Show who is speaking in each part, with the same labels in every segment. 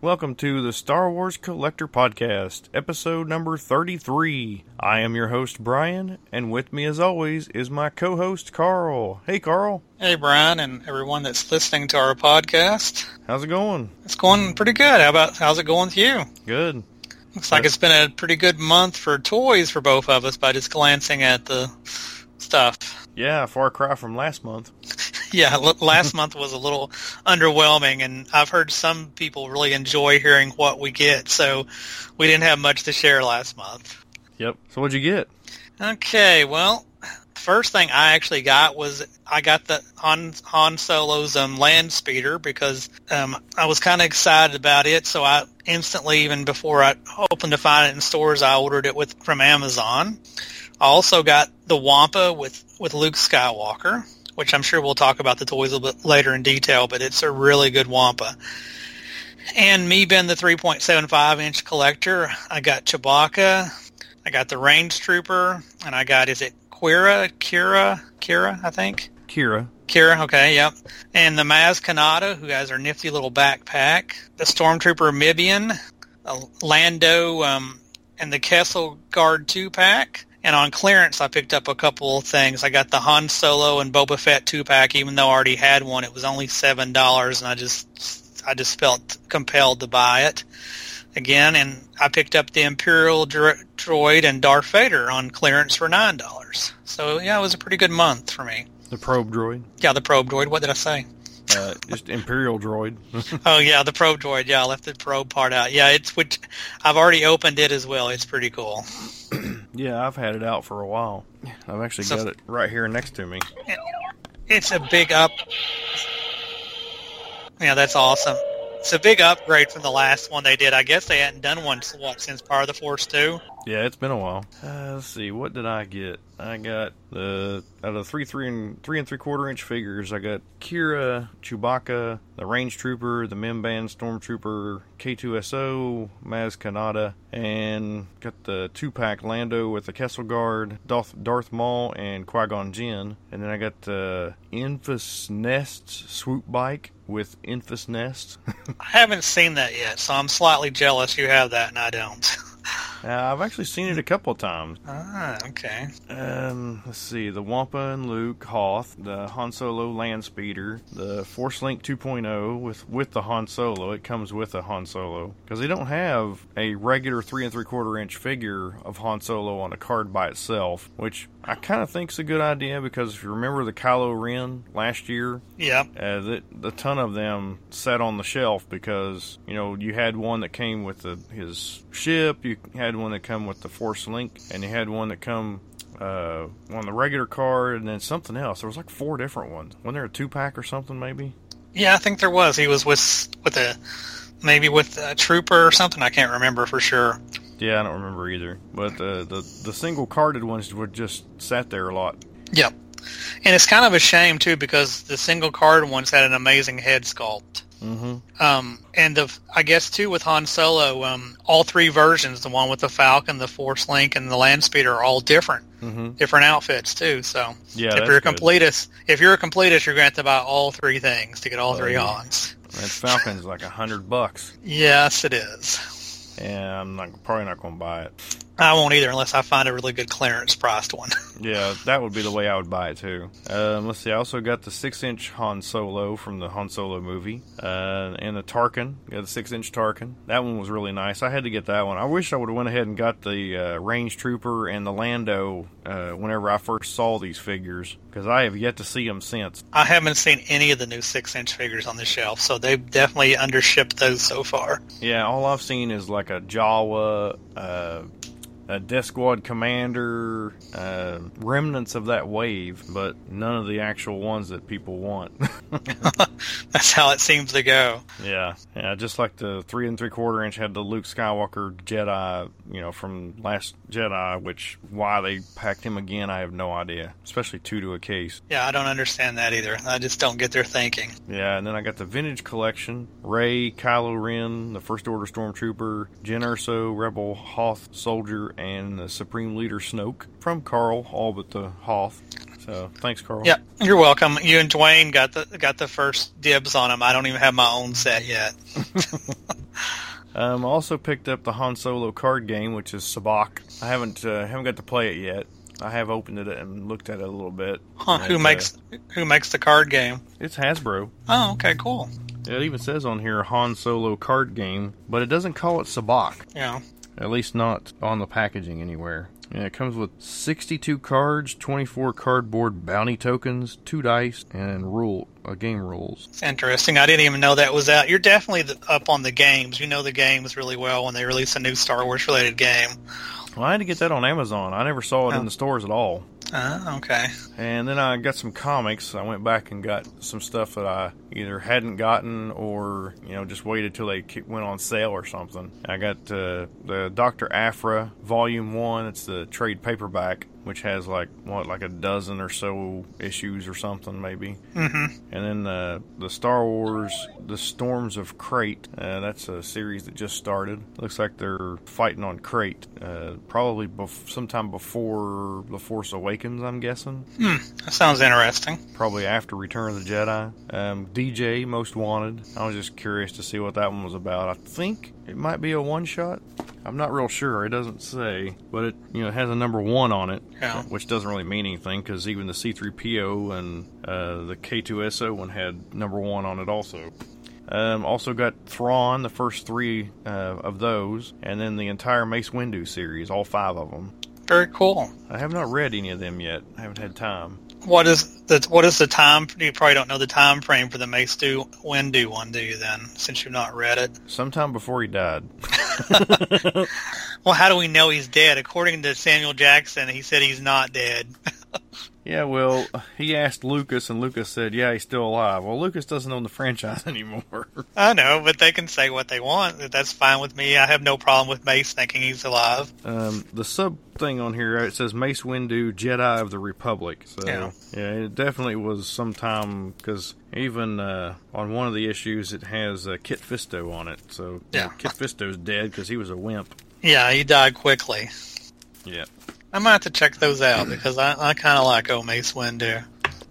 Speaker 1: Welcome to the Star Wars Collector Podcast, episode number 33. I am your host, Brian, and with me, as always, is my co host, Carl. Hey, Carl,
Speaker 2: Hey, Brian, and everyone that's listening to our podcast.
Speaker 1: how's it going?
Speaker 2: It's going pretty good. How about how's it going with you?
Speaker 1: Good.
Speaker 2: Looks like
Speaker 1: Good.
Speaker 2: it's been a pretty good month for toys for both of us by just glancing at the stuff.
Speaker 1: Yeah, far cry from last month.
Speaker 2: Yeah, l- last month was a little underwhelming, and I've heard some people really enjoy hearing what we get, so we didn't have much to share last month.
Speaker 1: Yep. So, what'd you get?
Speaker 2: Okay, well, first thing I actually got was I got the Han, Han Solo's um, land speeder because um, I was kind of excited about it. So I instantly, even before I opened to find it in stores, I ordered it with from Amazon. I also got the Wampa with with Luke Skywalker, which I'm sure we'll talk about the toys a little bit later in detail. But it's a really good Wampa. And me being the 3.75 inch collector, I got Chewbacca, I got the range trooper, and I got is it Quira, Kira, Kira, I think.
Speaker 1: Kira.
Speaker 2: Kira, okay, yep. And the Maz Kanata, who has her nifty little backpack. The Stormtrooper Mibian, uh, Lando, um, and the Kessel Guard 2-pack. And on clearance, I picked up a couple of things. I got the Han Solo and Boba Fett 2-pack, even though I already had one. It was only $7, and I just, I just felt compelled to buy it again, and I picked up the Imperial Dro- Droid and Darth Vader on clearance for nine dollars. So yeah, it was a pretty good month for me.
Speaker 1: The probe droid.
Speaker 2: Yeah, the probe droid. What did I say?
Speaker 1: Uh, just Imperial droid.
Speaker 2: Oh yeah, the probe droid. Yeah, I left the probe part out. Yeah, it's which I've already opened it as well. It's pretty cool.
Speaker 1: yeah, I've had it out for a while. I've actually
Speaker 2: So-
Speaker 1: got it right here next to me.
Speaker 2: It's a big up. Yeah, that's awesome. It's a big upgrade from the last one they did. I guess they hadn't done one what since Power of the Force two.
Speaker 1: Yeah, it's been a while. Uh, let's see, what did I get? I got the out of three, three and three and three quarter inch figures. I got Kira, Chewbacca, the Range Trooper, the Memban Stormtrooper, K2SO, Maz Kanata, and got the two pack Lando with the Kessel Guard, Darth Darth Maul, and Qui Gon Jinn. And then I got the Infus Nest swoop bike with Infus Nest.
Speaker 2: I haven't seen that yet, so I'm slightly jealous you have that and I don't.
Speaker 1: uh, I've actually seen it a couple times.
Speaker 2: ah, okay.
Speaker 1: Um, let's see. The Wampa and Luke Hoth, the Han Solo land speeder, the Force Link 2.0 with with the Han Solo. It comes with a Han Solo because they don't have a regular three and three quarter inch figure of Han Solo on a card by itself, which I kind of think's a good idea because if you remember the Kylo Ren last year,
Speaker 2: Yep.
Speaker 1: uh, the, the ton of them sat on the shelf because you know you had one that came with the, his ship, you had one that come with the Force Link, and you had one that come uh, on the regular card, and then something else. There was like four different ones. Wasn't there a two pack or something maybe?
Speaker 2: Yeah, I think there was. He was with with a maybe with a trooper or something. I can't remember for sure.
Speaker 1: Yeah, I don't remember either. But uh, the the single carded ones would just sat there a lot.
Speaker 2: Yep. And it's kind of a shame too because the single card ones had an amazing head sculpt.
Speaker 1: Mm-hmm.
Speaker 2: Um, and the I guess too with Han Solo, um, all three versions, the one with the Falcon, the Force Link, and the Land Speeder, are all different,
Speaker 1: Mm-hmm.
Speaker 2: different outfits too. So
Speaker 1: Yeah,
Speaker 2: if
Speaker 1: that's
Speaker 2: you're a
Speaker 1: good.
Speaker 2: completist, if you're a completist, you're going to have to buy all three things to get all
Speaker 1: Oh,
Speaker 2: three
Speaker 1: yeah.
Speaker 2: Hans.
Speaker 1: That Falcon's like a hundred bucks,
Speaker 2: Yes, it is.
Speaker 1: and I'm not probably not gonna buy it.
Speaker 2: I won't either unless I find a really good clearance priced one.
Speaker 1: Yeah, that would be the way I would buy it too. Um, let's see. I also got the six-inch Han Solo from the Han Solo movie, uh, and the Tarkin. Got the six-inch Tarkin. That one was really nice. I had to get that one. I wish I would have went ahead and got the uh, Range Trooper and the Lando uh, whenever I first saw these figures, because I have yet to see them since.
Speaker 2: I haven't seen any of the new six inch figures on the shelf, so they've definitely undershipped those so far.
Speaker 1: Yeah, all I've seen is like a Jawa, uh, a Death Squad Commander, uh, remnants of that wave, but none of the actual ones that people want.
Speaker 2: That's how it seems to go.
Speaker 1: Yeah, yeah, just like the three and three quarter inch had the Luke Skywalker Jedi, you know, from Last Jedi, which why they packed him again, I have no idea. Especially two to a case.
Speaker 2: Yeah, I don't understand that either. I just don't get their thinking.
Speaker 1: Yeah, and then I got the Vintage Collection: Ray, Kylo Ren, the First Order Stormtrooper, Jyn Erso, Rebel Hoth Soldier, and the Supreme Leader Snoke from Carl, all but the Hoth. So thanks, Carl.
Speaker 2: Yeah, you're welcome. You and Dwayne got the got the first dibs on them. I don't even have my own set yet.
Speaker 1: Um, I also picked up the Han Solo card game, which is Sabak. I haven't uh, haven't got to play it yet. I have opened it and looked at it a little bit.
Speaker 2: Huh, who
Speaker 1: And, uh,
Speaker 2: makes who makes the card game?
Speaker 1: It's Hasbro.
Speaker 2: Oh, okay, cool.
Speaker 1: It even says on here Han Solo card game, but it doesn't call it Sabak.
Speaker 2: Yeah.
Speaker 1: At least not on the packaging anywhere. And it comes with 62 cards, 24 cardboard bounty tokens, two dice, and rule uh, game rules.
Speaker 2: It's interesting. I didn't even know that was out. You're definitely the, up on the games. You know the games really well when they release a new Star Wars related game.
Speaker 1: Well, I had to get that on Amazon. I never saw it
Speaker 2: Oh.
Speaker 1: in the stores at all.
Speaker 2: Uh, okay.
Speaker 1: And then I got some comics. I went back and got some stuff that I either hadn't gotten or, you know, just waited till they ki- went on sale or something. I got uh, the Dr. Afra Volume 1. It's the trade paperback, which has like, what, like a dozen or so issues or something, maybe.
Speaker 2: Mm-hmm.
Speaker 1: And then uh, the Star Wars The Storms of Crate. Uh, that's a series that just started. Looks like they're fighting on Crate, uh, probably bef- sometime before The Force Awakens, I'm guessing
Speaker 2: That sounds interesting.
Speaker 1: probably after Return of the Jedi. Um, DJ Most Wanted. I was just curious to see what that one was about. I think it might be a one shot. I'm not real sure. It doesn't say, but it you know has a number one on it,
Speaker 2: Yeah.
Speaker 1: which doesn't really mean anything because even the C3PO and uh, the K2SO one had number one on it also. Um, also got Thrawn, the first three uh, of those, and then the entire Mace Windu series, all five of them.
Speaker 2: Very cool.
Speaker 1: I have not read any of them yet. I haven't had time.
Speaker 2: What is the what is the time? You probably don't know the time frame for the Mace Do Windu one, do you? Then, since you've not read it.
Speaker 1: Sometime before he died.
Speaker 2: Well, how do we know he's dead? According to Samuel Jackson, he said he's not dead.
Speaker 1: Yeah, well, he asked Lucas, and Lucas said, "Yeah, he's still alive." Well, Lucas doesn't own the franchise anymore.
Speaker 2: I know, but they can say what they want. That's fine with me. I have no problem with Mace thinking he's alive.
Speaker 1: um, the sub thing on here it says Mace Windu, Jedi of the Republic. So
Speaker 2: Yeah.
Speaker 1: yeah, it definitely was sometime because even uh, on one of the issues it has uh, Kit Fisto on it. So you know,
Speaker 2: Yeah.
Speaker 1: Kit Fisto's dead because he was a wimp.
Speaker 2: Yeah, he died quickly.
Speaker 1: Yeah.
Speaker 2: I might have to check those out because I, I kind of like old Mace Windu.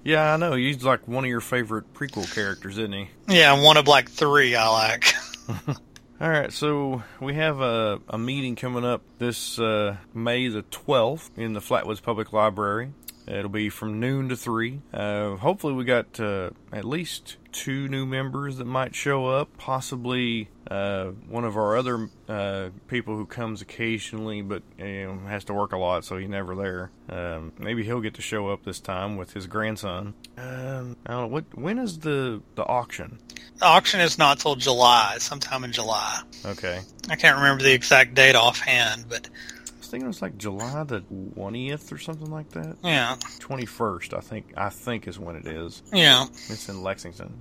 Speaker 1: Yeah, I know. He's like one of your favorite prequel characters, isn't he?
Speaker 2: Yeah, one of like three I like.
Speaker 1: All right, so we have a, a meeting coming up this uh, May the 12th in the Flatwoods Public Library. It'll be from noon to 3. Uh, hopefully, we got uh, at least two new members that might show up, possibly uh, one of our other uh, people who comes occasionally but you know, has to work a lot, so he's never there. Um, maybe he'll get to show up this time with his grandson. Um, I don't know, what, when is the, the auction?
Speaker 2: The auction is not till July, sometime in July.
Speaker 1: Okay.
Speaker 2: I can't remember the exact date offhand, but
Speaker 1: I was thinking it was like July the twentieth or something like that.
Speaker 2: yeah,
Speaker 1: Twenty first, I think. I think is when it is.
Speaker 2: yeah,
Speaker 1: It's in Lexington.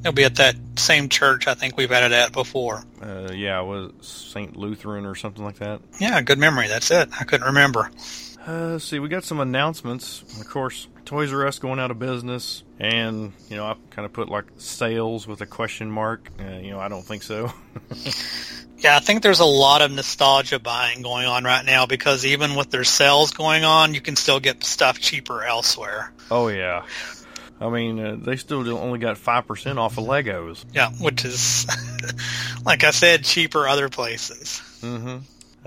Speaker 2: it'll be at that same church I think we've had it at before.
Speaker 1: Uh, yeah, it was Saint Lutheran or something like that.
Speaker 2: Yeah, good memory. That's it. I couldn't remember.
Speaker 1: Uh, let's see, we got some announcements. Of course, Toys R Us going out of business, and you know I kind of put like sales with a question mark. Uh, you know I don't think so.
Speaker 2: Yeah, I think there's a lot of nostalgia buying going on right now because even with their sales going on, you can still get stuff cheaper elsewhere.
Speaker 1: oh yeah, I mean uh, they still only got five percent off of Legos.
Speaker 2: Yeah, which is, like I said, cheaper other places.
Speaker 1: Mm-hmm.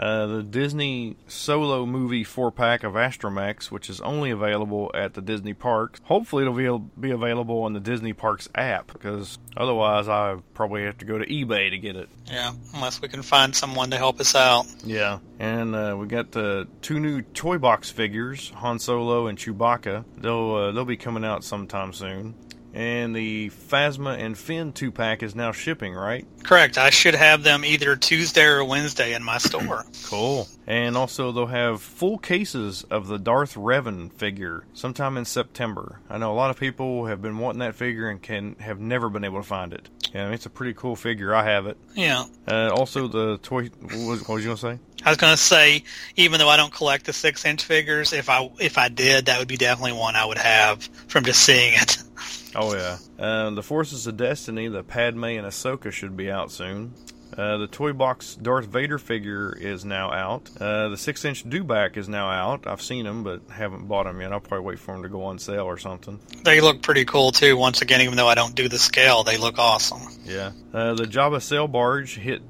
Speaker 1: Uh, the Disney solo movie four pack of Astromax, which is only available at the Disney parks. Hopefully, it'll be, be available on the Disney Parks app, because otherwise, I probably have to go to eBay to get it.
Speaker 2: Yeah, unless we can find someone to help us out.
Speaker 1: Yeah. And uh, we got the two new toy box figures, Han Solo and Chewbacca. They'll uh, they'll be coming out sometime soon. And the Phasma and Finn two pack is now shipping, right?
Speaker 2: Correct. I should have them either Tuesday or Wednesday in my store.
Speaker 1: Cool. And also, they'll have full cases of the Darth Revan figure sometime in September. I know a lot of people have been wanting that figure and can have never been able to find it. Yeah, it's a pretty cool figure. I have it.
Speaker 2: Yeah.
Speaker 1: Uh, also, the toy. What was, what was you gonna say?
Speaker 2: I was going to say, even though I don't collect the six inch figures, if I if I did, that would be definitely one I would have from just seeing it.
Speaker 1: Oh yeah. Uh, the Forces of Destiny, the Padme and Ahsoka should be out soon. Uh, the toy box Darth Vader figure is now out. Uh, the six inch dewback is now out. I've seen them, but haven't bought them yet. I'll probably wait for them to go on sale or something.
Speaker 2: They look pretty cool too. Once again, even though I don't do the scale, they look awesome.
Speaker 1: Yeah. Uh, the Java sail barge hit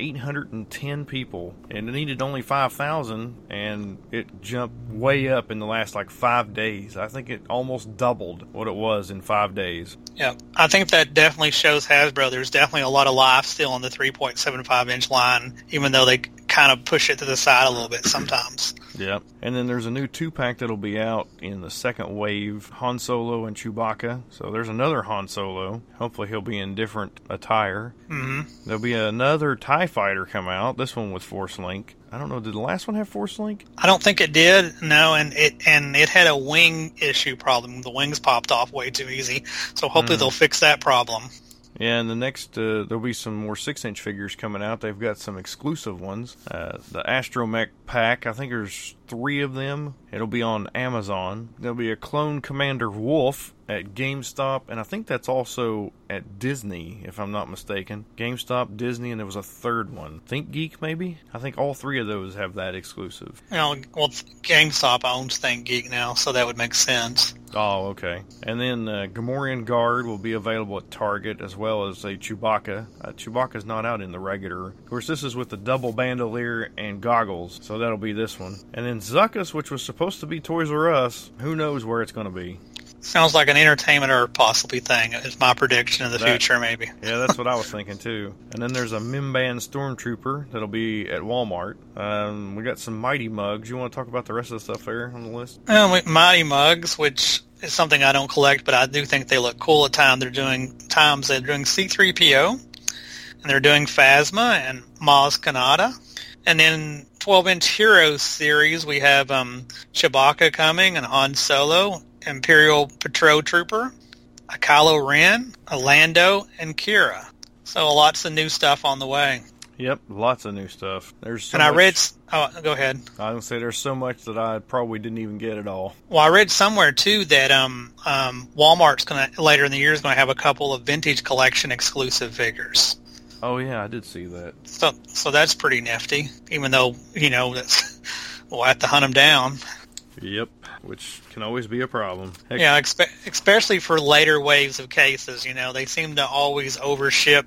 Speaker 1: 8,810 people, and it needed only 5,000, and it jumped way up in the last like five days. I think it almost doubled what it was in five days.
Speaker 2: Yeah, I think that definitely shows Hasbro. There's definitely a lot of life still on the 3.75 inch line, even though they kind of push it to the side a little bit sometimes.
Speaker 1: Yep. And then there's a new two pack that'll be out in the second wave Han Solo and Chewbacca. So there's another Han Solo. Hopefully he'll be in different attire.
Speaker 2: Mm-hmm.
Speaker 1: There'll be another TIE fighter come out. This one with Force Link. I don't know. Did the last one have Force Link?
Speaker 2: I don't think it did. No, and it and it had a wing issue problem. The wings popped off way too easy. So hopefully
Speaker 1: Mm.
Speaker 2: they'll fix that problem.
Speaker 1: Yeah, and the next uh, there'll be some more six-inch figures coming out. They've got some exclusive ones. Uh, the Astromech pack, I think there's three of them. It'll be on Amazon. There'll be a clone Commander Wolf at GameStop, and I think that's also at Disney, if I'm not mistaken. GameStop, Disney, and there was a third one. Think Geek, maybe. I think all three of those have that exclusive.
Speaker 2: You know, well, GameStop owns ThinkGeek now, so that would make sense.
Speaker 1: Oh, okay. And then uh, Gamorrean Guard will be available at Target as well as a Chewbacca. Uh, Chewbacca's not out in the regular. Of course, this is with the double bandolier and goggles, so that'll be this one. And then Zuckus, which was supposed to be Toys R Us, who knows where it's going to be.
Speaker 2: Sounds like an entertainment or possibly thing. Is my prediction of the
Speaker 1: That-
Speaker 2: future, maybe.
Speaker 1: Yeah, that's what I was thinking too. And then there's a Mimban Stormtrooper that'll be at Walmart. Um, we got some Mighty Mugs. You want to talk about the rest of the stuff there on the list?
Speaker 2: Um, we- Mighty Mugs, which is something I don't collect, but I do think they look cool at time. They're doing times they're doing C3PO, and they're doing Phasma and Maz Kanata, and then 12 Inch Heroes series we have um, Chewbacca coming and Han Solo, Imperial Patrol Trooper, a Kylo Ren, a Lando, and Kira. So lots of new stuff on the way.
Speaker 1: Yep, lots of new stuff. There's so
Speaker 2: and I
Speaker 1: much-
Speaker 2: read. s- Oh, go ahead.
Speaker 1: I would say there's so much that I probably didn't even get at all.
Speaker 2: Well, I read somewhere too that um, um, Walmart's going to later in the year is going to have a couple of vintage collection exclusive figures.
Speaker 1: Oh yeah, I did see that.
Speaker 2: So, so that's pretty nifty. Even though you know that's we'll have to hunt them down.
Speaker 1: Yep, which can always be a problem. Heck,
Speaker 2: Yeah, expe- especially for later waves of cases. You know, they seem to always overship.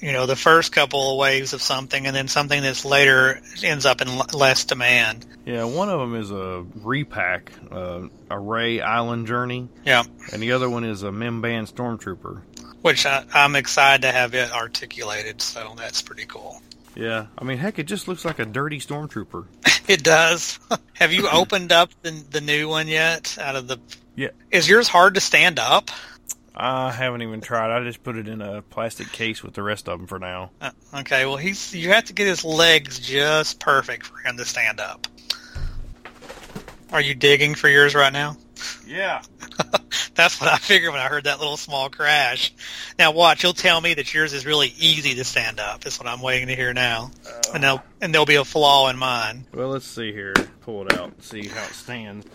Speaker 2: You know, the first couple of waves of something, and then something that's later ends up in l- less demand.
Speaker 1: yeah, one of them is a repack, uh, a Ray Island Journey,
Speaker 2: Yeah,
Speaker 1: and the other one is a Mimban Stormtrooper.
Speaker 2: which I, I'm excited to have it articulated. So that's pretty cool.
Speaker 1: Yeah, I mean, heck, it just looks like a dirty stormtrooper.
Speaker 2: It does. Have you opened up the the new one yet? Out of the
Speaker 1: Yeah.
Speaker 2: is yours hard to stand up?
Speaker 1: I haven't even tried. I just put it in a plastic case with the rest of them for now.
Speaker 2: Uh, okay, well he's you have to get his legs just perfect for him to stand up. Are you digging for yours right now?
Speaker 1: Yeah.
Speaker 2: That's what I figured when I heard that little small crash. Now watch, you'll tell me that yours is really easy to stand up. That's what I'm waiting to hear now, and there'll and there'll be a flaw in mine.
Speaker 1: Well, let's see here. Pull it out. See how it stands.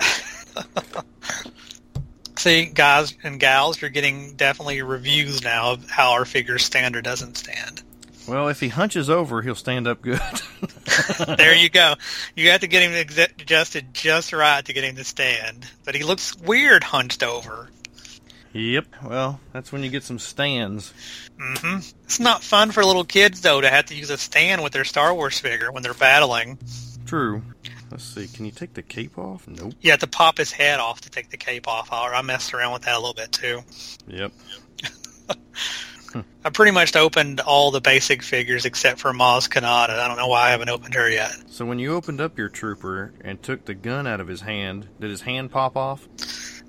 Speaker 2: See, guys and gals, you're getting definitely reviews now of how our figure stand or doesn't stand.
Speaker 1: Well, if he hunches over, he'll stand up good.
Speaker 2: there you go. You have to get him exa- adjusted just right to get him to stand. But he looks weird hunched over.
Speaker 1: yep. Well, that's when you get some stands.
Speaker 2: hmm It's not fun for little kids though to have to use a stand with their Star Wars figure when they're battling.
Speaker 1: True. Let's see. Can you take the cape off? Nope.
Speaker 2: You have to pop his head off to take the cape off. I I messed around with that a little bit too.
Speaker 1: Yep.
Speaker 2: I pretty much opened all the basic figures except for Maz Kanata. I don't know why I haven't opened her yet.
Speaker 1: So when you opened up your trooper and took the gun out of his hand, did his hand pop off?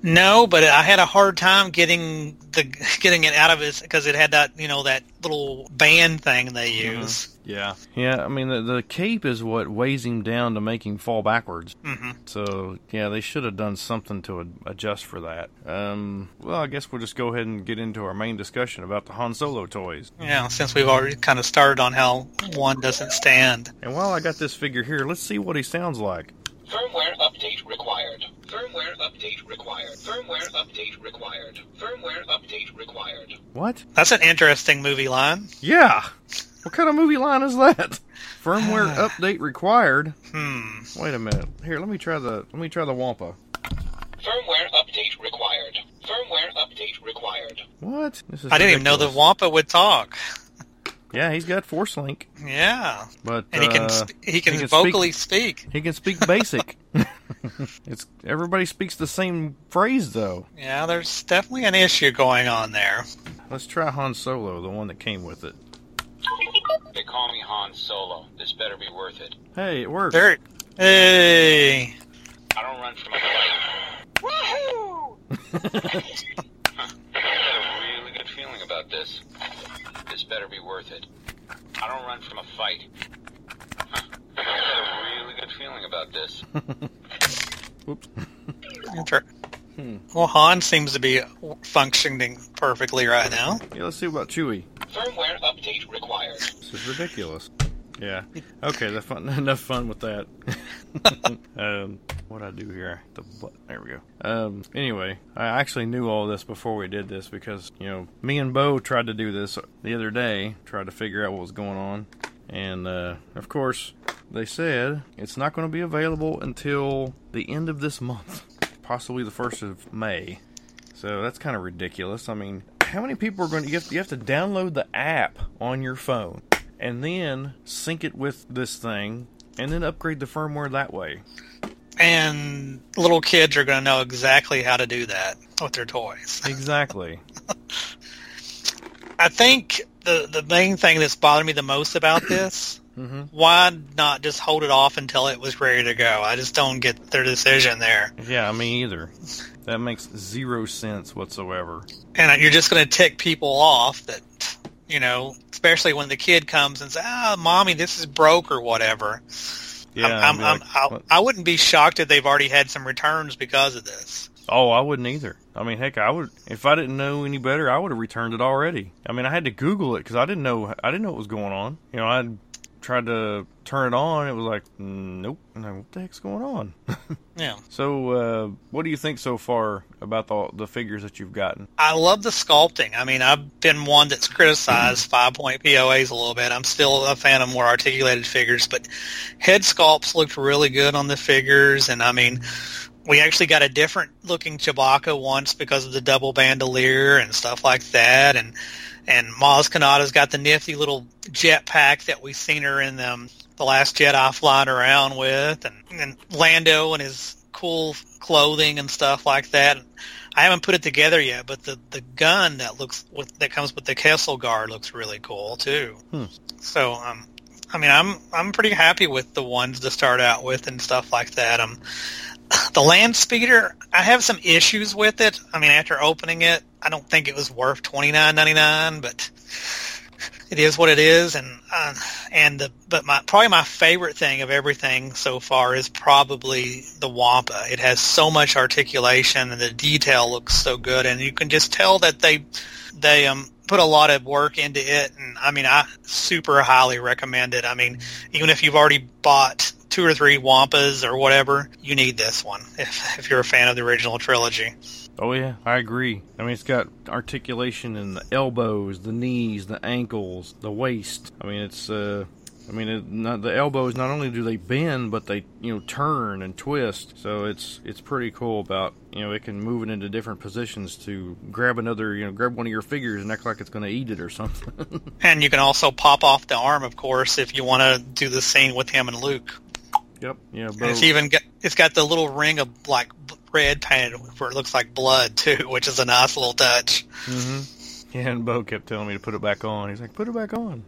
Speaker 2: No, but I had a hard time getting the getting it out of his because it had that you know that little band thing they use.
Speaker 1: Yeah. Yeah, I mean the, the cape is what weighs him down to make him fall backwards.
Speaker 2: hmm
Speaker 1: So yeah, they should have done something to ad- adjust for that. Um, well, I guess we'll just go ahead and get into our main discussion about the Han Solo toys.
Speaker 2: Yeah, since we've already kind of started on how one doesn't stand.
Speaker 1: And while I got this figure here, let's see what he sounds like.
Speaker 3: Firmware update required. Firmware update required. Firmware update required. Firmware update required.
Speaker 1: What?
Speaker 2: That's an interesting movie line.
Speaker 1: Yeah. What kind of movie line is that? Firmware update required.
Speaker 2: Hmm.
Speaker 1: Wait a minute. Here, let me try the let me try the Wampa.
Speaker 3: Firmware update required. Firmware update required.
Speaker 1: What? This is
Speaker 2: I didn't even know the
Speaker 1: ridiculous.
Speaker 2: Wampa would talk.
Speaker 1: Yeah, he's got Force Link,
Speaker 2: Yeah,
Speaker 1: but
Speaker 2: and he
Speaker 1: uh,
Speaker 2: can sp- he can
Speaker 1: can speak-
Speaker 2: vocally speak.
Speaker 1: he can speak basic. it's everybody speaks the same phrase though.
Speaker 2: Yeah, there's definitely an issue going on there.
Speaker 1: Let's try Han Solo, the one that came with it.
Speaker 3: They call me Han Solo. This better be worth it.
Speaker 1: Hey, it worked.
Speaker 2: There. Hey.
Speaker 3: I don't run for my life. Woohoo! I got a really good feeling about this. This better be worth it. I don't run from a fight. I got a really good feeling about this.
Speaker 1: Oops.
Speaker 2: Inter-
Speaker 1: Hmm.
Speaker 2: Well, Han seems to be functioning perfectly right now.
Speaker 1: Yeah, let's see about Chewie.
Speaker 3: Firmware update required.
Speaker 1: This is ridiculous. Yeah. Okay, that fun, enough fun with that. um, what I do here? The bu- there we go. Um, anyway, I actually knew all this before we did this because you know me and Bo tried to do this the other day, tried to figure out what was going on, and uh, of course they said it's not going to be available until the end of this month, possibly the first of May. So that's kind of ridiculous. I mean, how many people are going to you have, to- you have to download the app on your phone and then sync it with this thing and then upgrade the firmware that way.
Speaker 2: And little kids are going to know exactly how to do that with their toys.
Speaker 1: Exactly.
Speaker 2: I think the the main thing that's bothered me the most about this,
Speaker 1: Mhm.
Speaker 2: why not just hold it off until it was ready to go? I just don't get their decision there.
Speaker 1: yeah, me either. That makes zero sense whatsoever.
Speaker 2: And you're just going to tick people off that, you know, especially when the kid comes and says, "Ah, mommy, this is broke" or whatever.
Speaker 1: Yeah.
Speaker 2: I'm,
Speaker 1: I'd
Speaker 2: I'm,
Speaker 1: be
Speaker 2: I'm,
Speaker 1: like,
Speaker 2: I'll-
Speaker 1: "What?"
Speaker 2: I wouldn't be shocked if they've already had some returns because of this.
Speaker 1: oh, I wouldn't either. I mean, heck, I would if I didn't know any better, I would have returned it already. I mean, I had to Google it because I didn't know I didn't know what was going on. You know, I tried to turn it on. It was like, nope. And I'm like, what the heck's going on?
Speaker 2: Yeah.
Speaker 1: So, uh, what do you think so far about the the figures that you've gotten?
Speaker 2: I love the sculpting. I mean, I've been one that's criticized five point POAs a little bit. I'm still a fan of more articulated figures, but head sculpts looked really good on the figures. And I mean, we actually got a different looking Chewbacca once because of the double bandolier and stuff like that. And and Maz Kanata's got the nifty little jetpack that we seen her in um, the Last Jedi flying around with, and, and Lando and his cool clothing and stuff like that. I haven't put it together yet, but the, the gun that looks with, that comes with the Kessel Guard looks really cool too.
Speaker 1: Hmm.
Speaker 2: So um, I mean, I'm I'm pretty happy with the ones to start out with and stuff like that. Um, the land speeder, I have some issues with it. I mean, after opening it, I don't think it was worth twenty nine ninety nine, but it is what it is. And uh, and the but my probably my favorite thing of everything so far is probably the Wampa. It has so much articulation, and the detail looks so good, and you can just tell that they they um put a lot of work into it. And I mean, I super highly recommend it. I mean, even if you've already bought two or three Wampas or whatever, you need this one if if you're a fan of the original trilogy.
Speaker 1: Oh yeah, I agree. I mean, it's got articulation in the elbows, the knees, the ankles, the waist. I mean, it's uh, I mean, it, not, the elbows not only do they bend, but they you know turn and twist. So it's it's pretty cool about you know it can move it into different positions to grab another you know grab one of your figures and act like it's going to eat it or something.
Speaker 2: And you can also pop off the arm, of course, if you want to do the scene with him and Luke.
Speaker 1: yep. Yeah. Bo,
Speaker 2: And it's even got, it's got the little ring of like b- red painted where it looks like blood too, which is a nice little touch.
Speaker 1: mm-hmm. Yeah, and Bo kept telling me to put it back on. He's like, put it back on.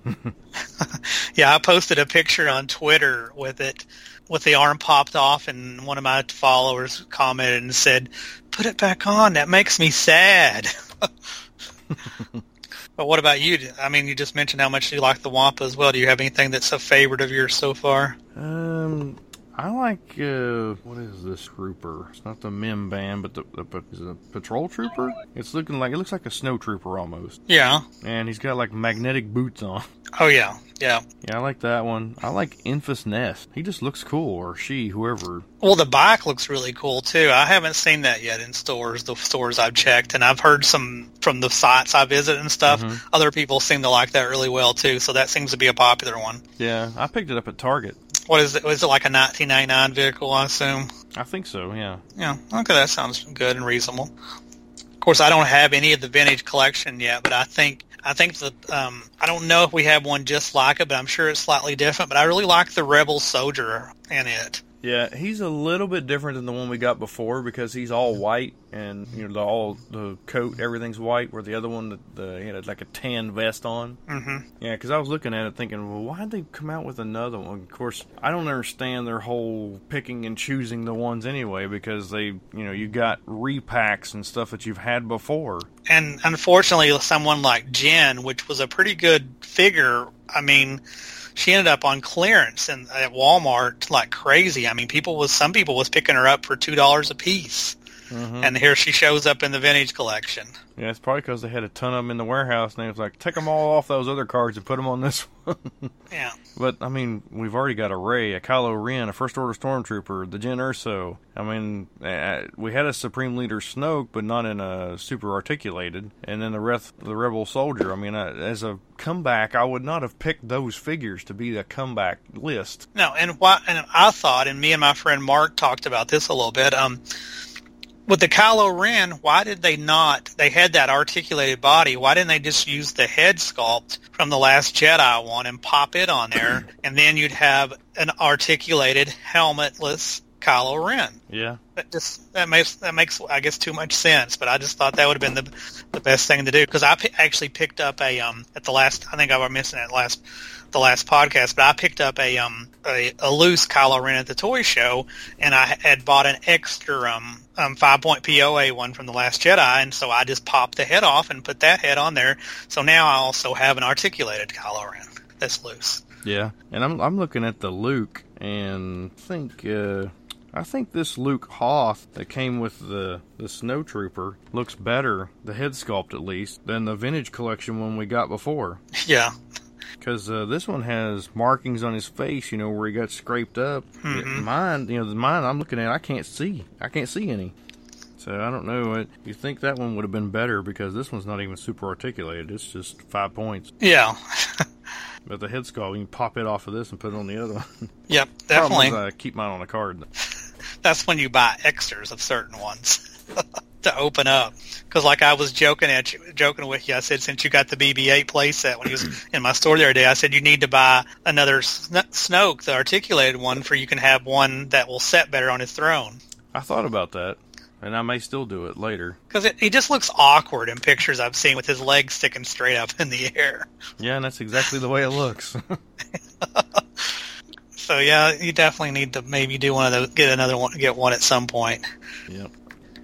Speaker 2: Yeah, I posted a picture on Twitter with it, with the arm popped off, and one of my followers commented and said, "Put it back on. That makes me sad." but what about you? I mean, you just mentioned how much you like the Wampa as well. Do you have anything that's a favorite of yours so far?
Speaker 1: Um, I like uh, what is this trooper? It's not the Mim Band, but the, the pa- is it a patrol trooper. It's looking like it looks like a snow trooper almost,
Speaker 2: Yeah.
Speaker 1: and he's got like magnetic boots on.
Speaker 2: Oh yeah. Yeah.
Speaker 1: Yeah, I like that one. I like Infus Nest. He just looks cool, or she, whoever.
Speaker 2: Well, the bike looks really cool too. I haven't seen that yet in stores, the stores I've checked, and I've heard some from the sites I visit and stuff. Other people seem to like that really well too, so that seems to be a popular one.
Speaker 1: Yeah, I picked it up at Target.
Speaker 2: What is it? Is it like a 1999 vehicle? I assume.
Speaker 1: I think so. Yeah.
Speaker 2: Yeah. Okay, that sounds good and reasonable. Of course, I don't have any of the vintage collection yet, but I think I think the um, I don't know if we have one just like it, but I'm sure it's slightly different. But I really like the Rebel Soldier in it.
Speaker 1: Yeah, he's a little bit different than the one we got before because he's all white and you know the all the coat everything's white. Where the other one, the, the he had like a tan vest on.
Speaker 2: hmm
Speaker 1: Yeah, because I was looking at it thinking, well, why'd they come out with another one? Of course, I don't understand their whole picking and choosing the ones anyway because they, you know, you got repacks and stuff that you've had before.
Speaker 2: and unfortunately, someone like Jen, which was a pretty good figure, I mean, she ended up on clearance and at Walmart like crazy. I mean, people was some people was picking her up for two dollars a piece, and here she shows up in the vintage collection.
Speaker 1: Yeah, it's probably because they had a ton of them in the warehouse and they was like, take them all off those other cards and put them on this one.
Speaker 2: Yeah,
Speaker 1: But I mean, we've already got a Ray, a Kylo Ren, a First Order Stormtrooper, the Jin Urso. I mean, uh, we had a Supreme Leader Snoke, but not in a super articulated, and then the Reth, the Rebel Soldier. I mean, uh, as a comeback, I would not have picked those figures to be the comeback list.
Speaker 2: no, and why? And I thought, and me and my friend Mark talked about this a little bit. Um, with the Kylo Ren, why did they not? They had that articulated body. Why didn't they just use the head sculpt from the Last Jedi one and pop it on there, and then you'd have an articulated helmetless Kylo Ren?
Speaker 1: Yeah,
Speaker 2: That just that makes that makes I guess too much sense. But I just thought that would have been the the best thing to do because I pi actually picked up a um at the last I think I was missing it last the last podcast, but I picked up a um a, a loose Kylo Ren at the toy show, and I had bought an extra um. Um, five point POA one from the Last Jedi, and so I just popped the head off and put that head on there. So now I also have an articulated Kylo Ren that's loose.
Speaker 1: yeah. And I'm I'm looking at the Luke, and I think uh, I think this Luke Hoth that came with the the Snowtrooper looks better, the head sculpt at least, than the vintage collection one we got before.
Speaker 2: Yeah,
Speaker 1: Because uh, this one has markings on his face, you know, where he got scraped up. Mine, you know, the mine I'm looking at, I can't see. I can't see any. So I don't know. It, you think that one would have been better because this one's not even super articulated. It's just five points.
Speaker 2: yeah,
Speaker 1: But the head sculpt, you can pop it off of this and put it on the other one.
Speaker 2: yep,
Speaker 1: Problem
Speaker 2: definitely.
Speaker 1: is uh, I keep mine on a card.
Speaker 2: that's when you buy extras of certain ones to open up. Because like I was joking at you, joking with you, I said since you got the BB-8 playset when you was in my store the other day, I said you need to buy another Sn- Snoke, the articulated one, for you can have one that will set better on his throne.
Speaker 1: I thought about that, and I may still do it later.
Speaker 2: Because he just looks awkward in pictures I've seen with his legs sticking straight up in the air.
Speaker 1: Yeah, and that's exactly the way it looks.
Speaker 2: So yeah, you definitely need to maybe do one of those, get another one, get one at some point.
Speaker 1: yep.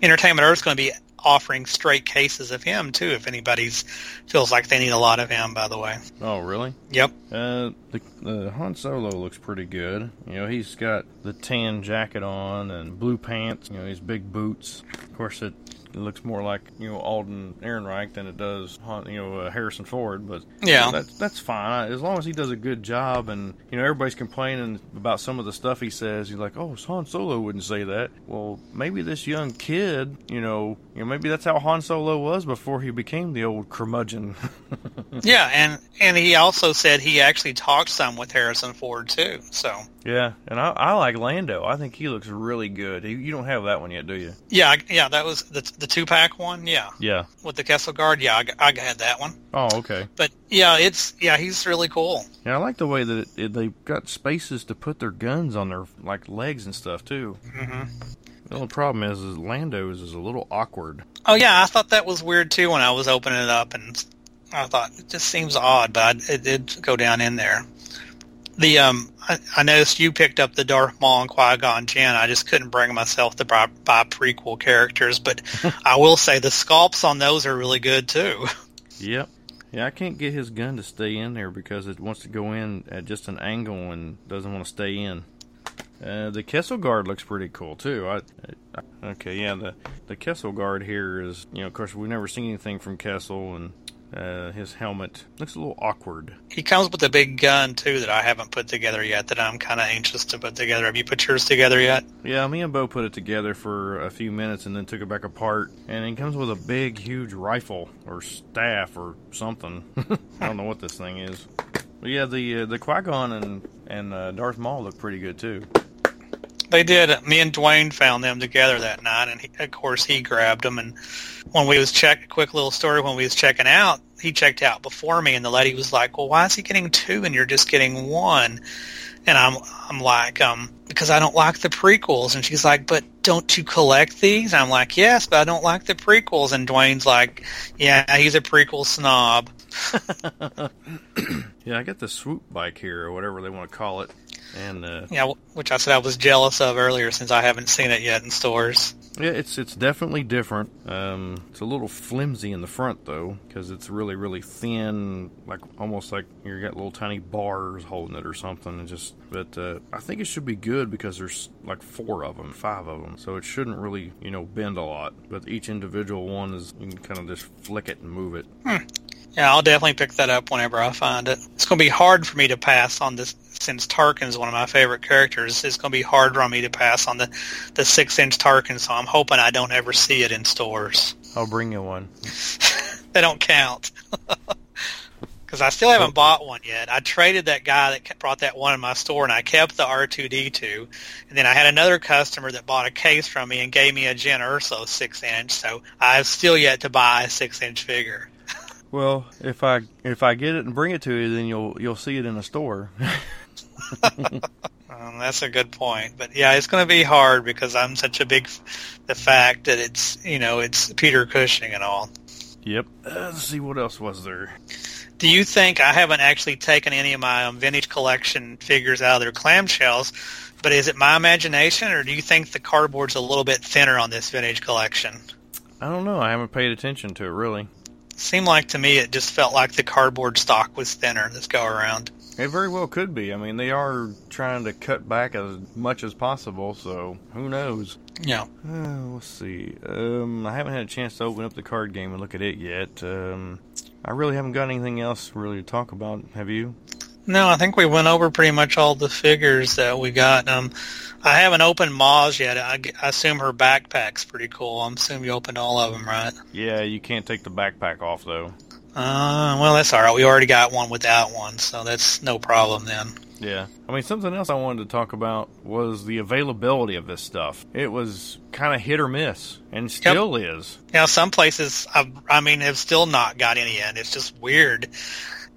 Speaker 2: Entertainment Earth's going to be offering straight cases of him too, if anybody's feels like they need a lot of him. By the way,
Speaker 1: Oh, really?
Speaker 2: yep,
Speaker 1: Uh, the uh, Han Solo looks pretty good. You know, he's got the tan jacket on and blue pants. You know, his big boots. Of course, it, it looks more like you know Alden Ehrenreich than it does Han, you know uh, Harrison Ford. But
Speaker 2: Yeah.
Speaker 1: that's that's fine as long as he does a good job. And you know, everybody's complaining about some of the stuff he says. He's like, oh, Han Solo wouldn't say that. Well, maybe this young kid, you know, you know, maybe that's how Han Solo was before he became the old curmudgeon.
Speaker 2: yeah, and and he also said he actually talked some with Harrison Ford too. So
Speaker 1: Yeah, and I, I like Lando. I think he looks really good. He, you don't have that one yet, do you?
Speaker 2: yeah, I- yeah, that was the the two pack one. Yeah,
Speaker 1: Yeah.
Speaker 2: with the Kessel Guard. Yeah, I, g- I had that one.
Speaker 1: Oh, okay.
Speaker 2: But yeah, it's yeah, he's really cool.
Speaker 1: Yeah, I like the way that it, it, they've got spaces to put their guns on their like legs and stuff too. Mm-hmm. The only problem is, is Lando's is a little awkward.
Speaker 2: Oh yeah, I thought that was weird too when I was opening it up, and I thought it just seems odd, but I, it did go down in there. The um, I, I noticed you picked up the Darth Maul and Qui Gon Jinn. I just couldn't bring myself to buy, buy prequel characters, but I will say the sculpts on those are really good too.
Speaker 1: Yep. Yeah, I can't get his gun to stay in there because it wants to go in at just an angle and doesn't want to stay in. Uh, the Kessel Guard looks pretty cool too. I, I okay, yeah. The the Kessel Guard here is you know, of course, we've never seen anything from Kessel, and Uh, his helmet looks a little awkward.
Speaker 2: He comes with a big gun too that I haven't put together yet. That I'm kind of anxious to put together. Have you put yours together yet?
Speaker 1: Yeah, me and Bo put it together for a few minutes and then took it back apart. And it comes with a big, huge rifle or staff or something. I don't know what this thing is. But yeah, the uh, the Qui Gon and and uh, Darth Maul look pretty good too.
Speaker 2: They did. Me and Dwayne found them together that night, and he, of course he grabbed them. And when we was check, quick little story. When we was checking out, he checked out before me, and the lady was like, "Well, why is he getting two and you're just getting one?" And I'm I'm like, um, because I don't like the prequels. And she's like, but don't you collect these? I'm like, yes, but I don't like the prequels. And Dwayne's like, yeah, he's a prequel snob.
Speaker 1: Yeah, I got the swoop bike here or whatever they want to call it. And uh,
Speaker 2: Yeah, wh- which I said I was jealous of earlier since I haven't seen it yet in stores.
Speaker 1: Yeah, it's it's definitely different. Um, it's a little flimsy in the front though, because it's really really thin, like almost like you got little tiny bars holding it or something. And just, but uh, I think it should be good because there's like four of them, five of them, so it shouldn't really you know bend a lot. But each individual one is you can kind of just flick it and move it.
Speaker 2: Yeah, I'll definitely pick that up whenever I find it. It's going to be hard for me to pass on this since Tarkin's one of my favorite characters. It's going to be hard for me to pass on the, the six-inch Tarkin, so I'm hoping I don't ever see it in stores.
Speaker 1: I'll bring you one.
Speaker 2: They don't count. Because I still haven't bought one yet. I traded that guy that ke- brought that one in my store, and I kept the R2D2. And then I had another customer that bought a case from me and gave me a Gen Urso six inch. So I've still yet to buy a six inch figure.
Speaker 1: Well, if I if I get it and bring it to you, then you'll you'll see it in a store.
Speaker 2: Um, that's a good point, but yeah, it's going to be hard because I'm such a big f- the fact that it's you know it's Peter Cushing and all.
Speaker 1: yep. Uh, let's see what else was there.
Speaker 2: Do you think I haven't actually taken any of my um, vintage collection figures out of their clamshells? But is it my imagination, or do you think the cardboard's a little bit thinner on this vintage collection?
Speaker 1: I don't know. I haven't paid attention to it really.
Speaker 2: Seemed like to me it just felt like the cardboard stock was thinner this go around.
Speaker 1: It very well could be. I mean, they are trying to cut back as much as possible, so who knows?
Speaker 2: Yeah.
Speaker 1: Uh, let's see. Um, I haven't had a chance to open up the card game and look at it yet. Um, I really haven't got anything else really to talk about. Have you?
Speaker 2: No, I think we went over pretty much all the figures that we got. Um, I haven't opened Ma's yet. I, g- I assume her backpack's pretty cool. I assume you opened all of them, right?
Speaker 1: Yeah, you can't take the backpack off though.
Speaker 2: Uh, well, that's all right. We already got one without one, so that's no problem then.
Speaker 1: Yeah. I mean, something else I wanted to talk about was the availability of this stuff. It was kind of hit or miss, and still is.
Speaker 2: Now, some places, I, I mean, have still not got any in. It's just weird.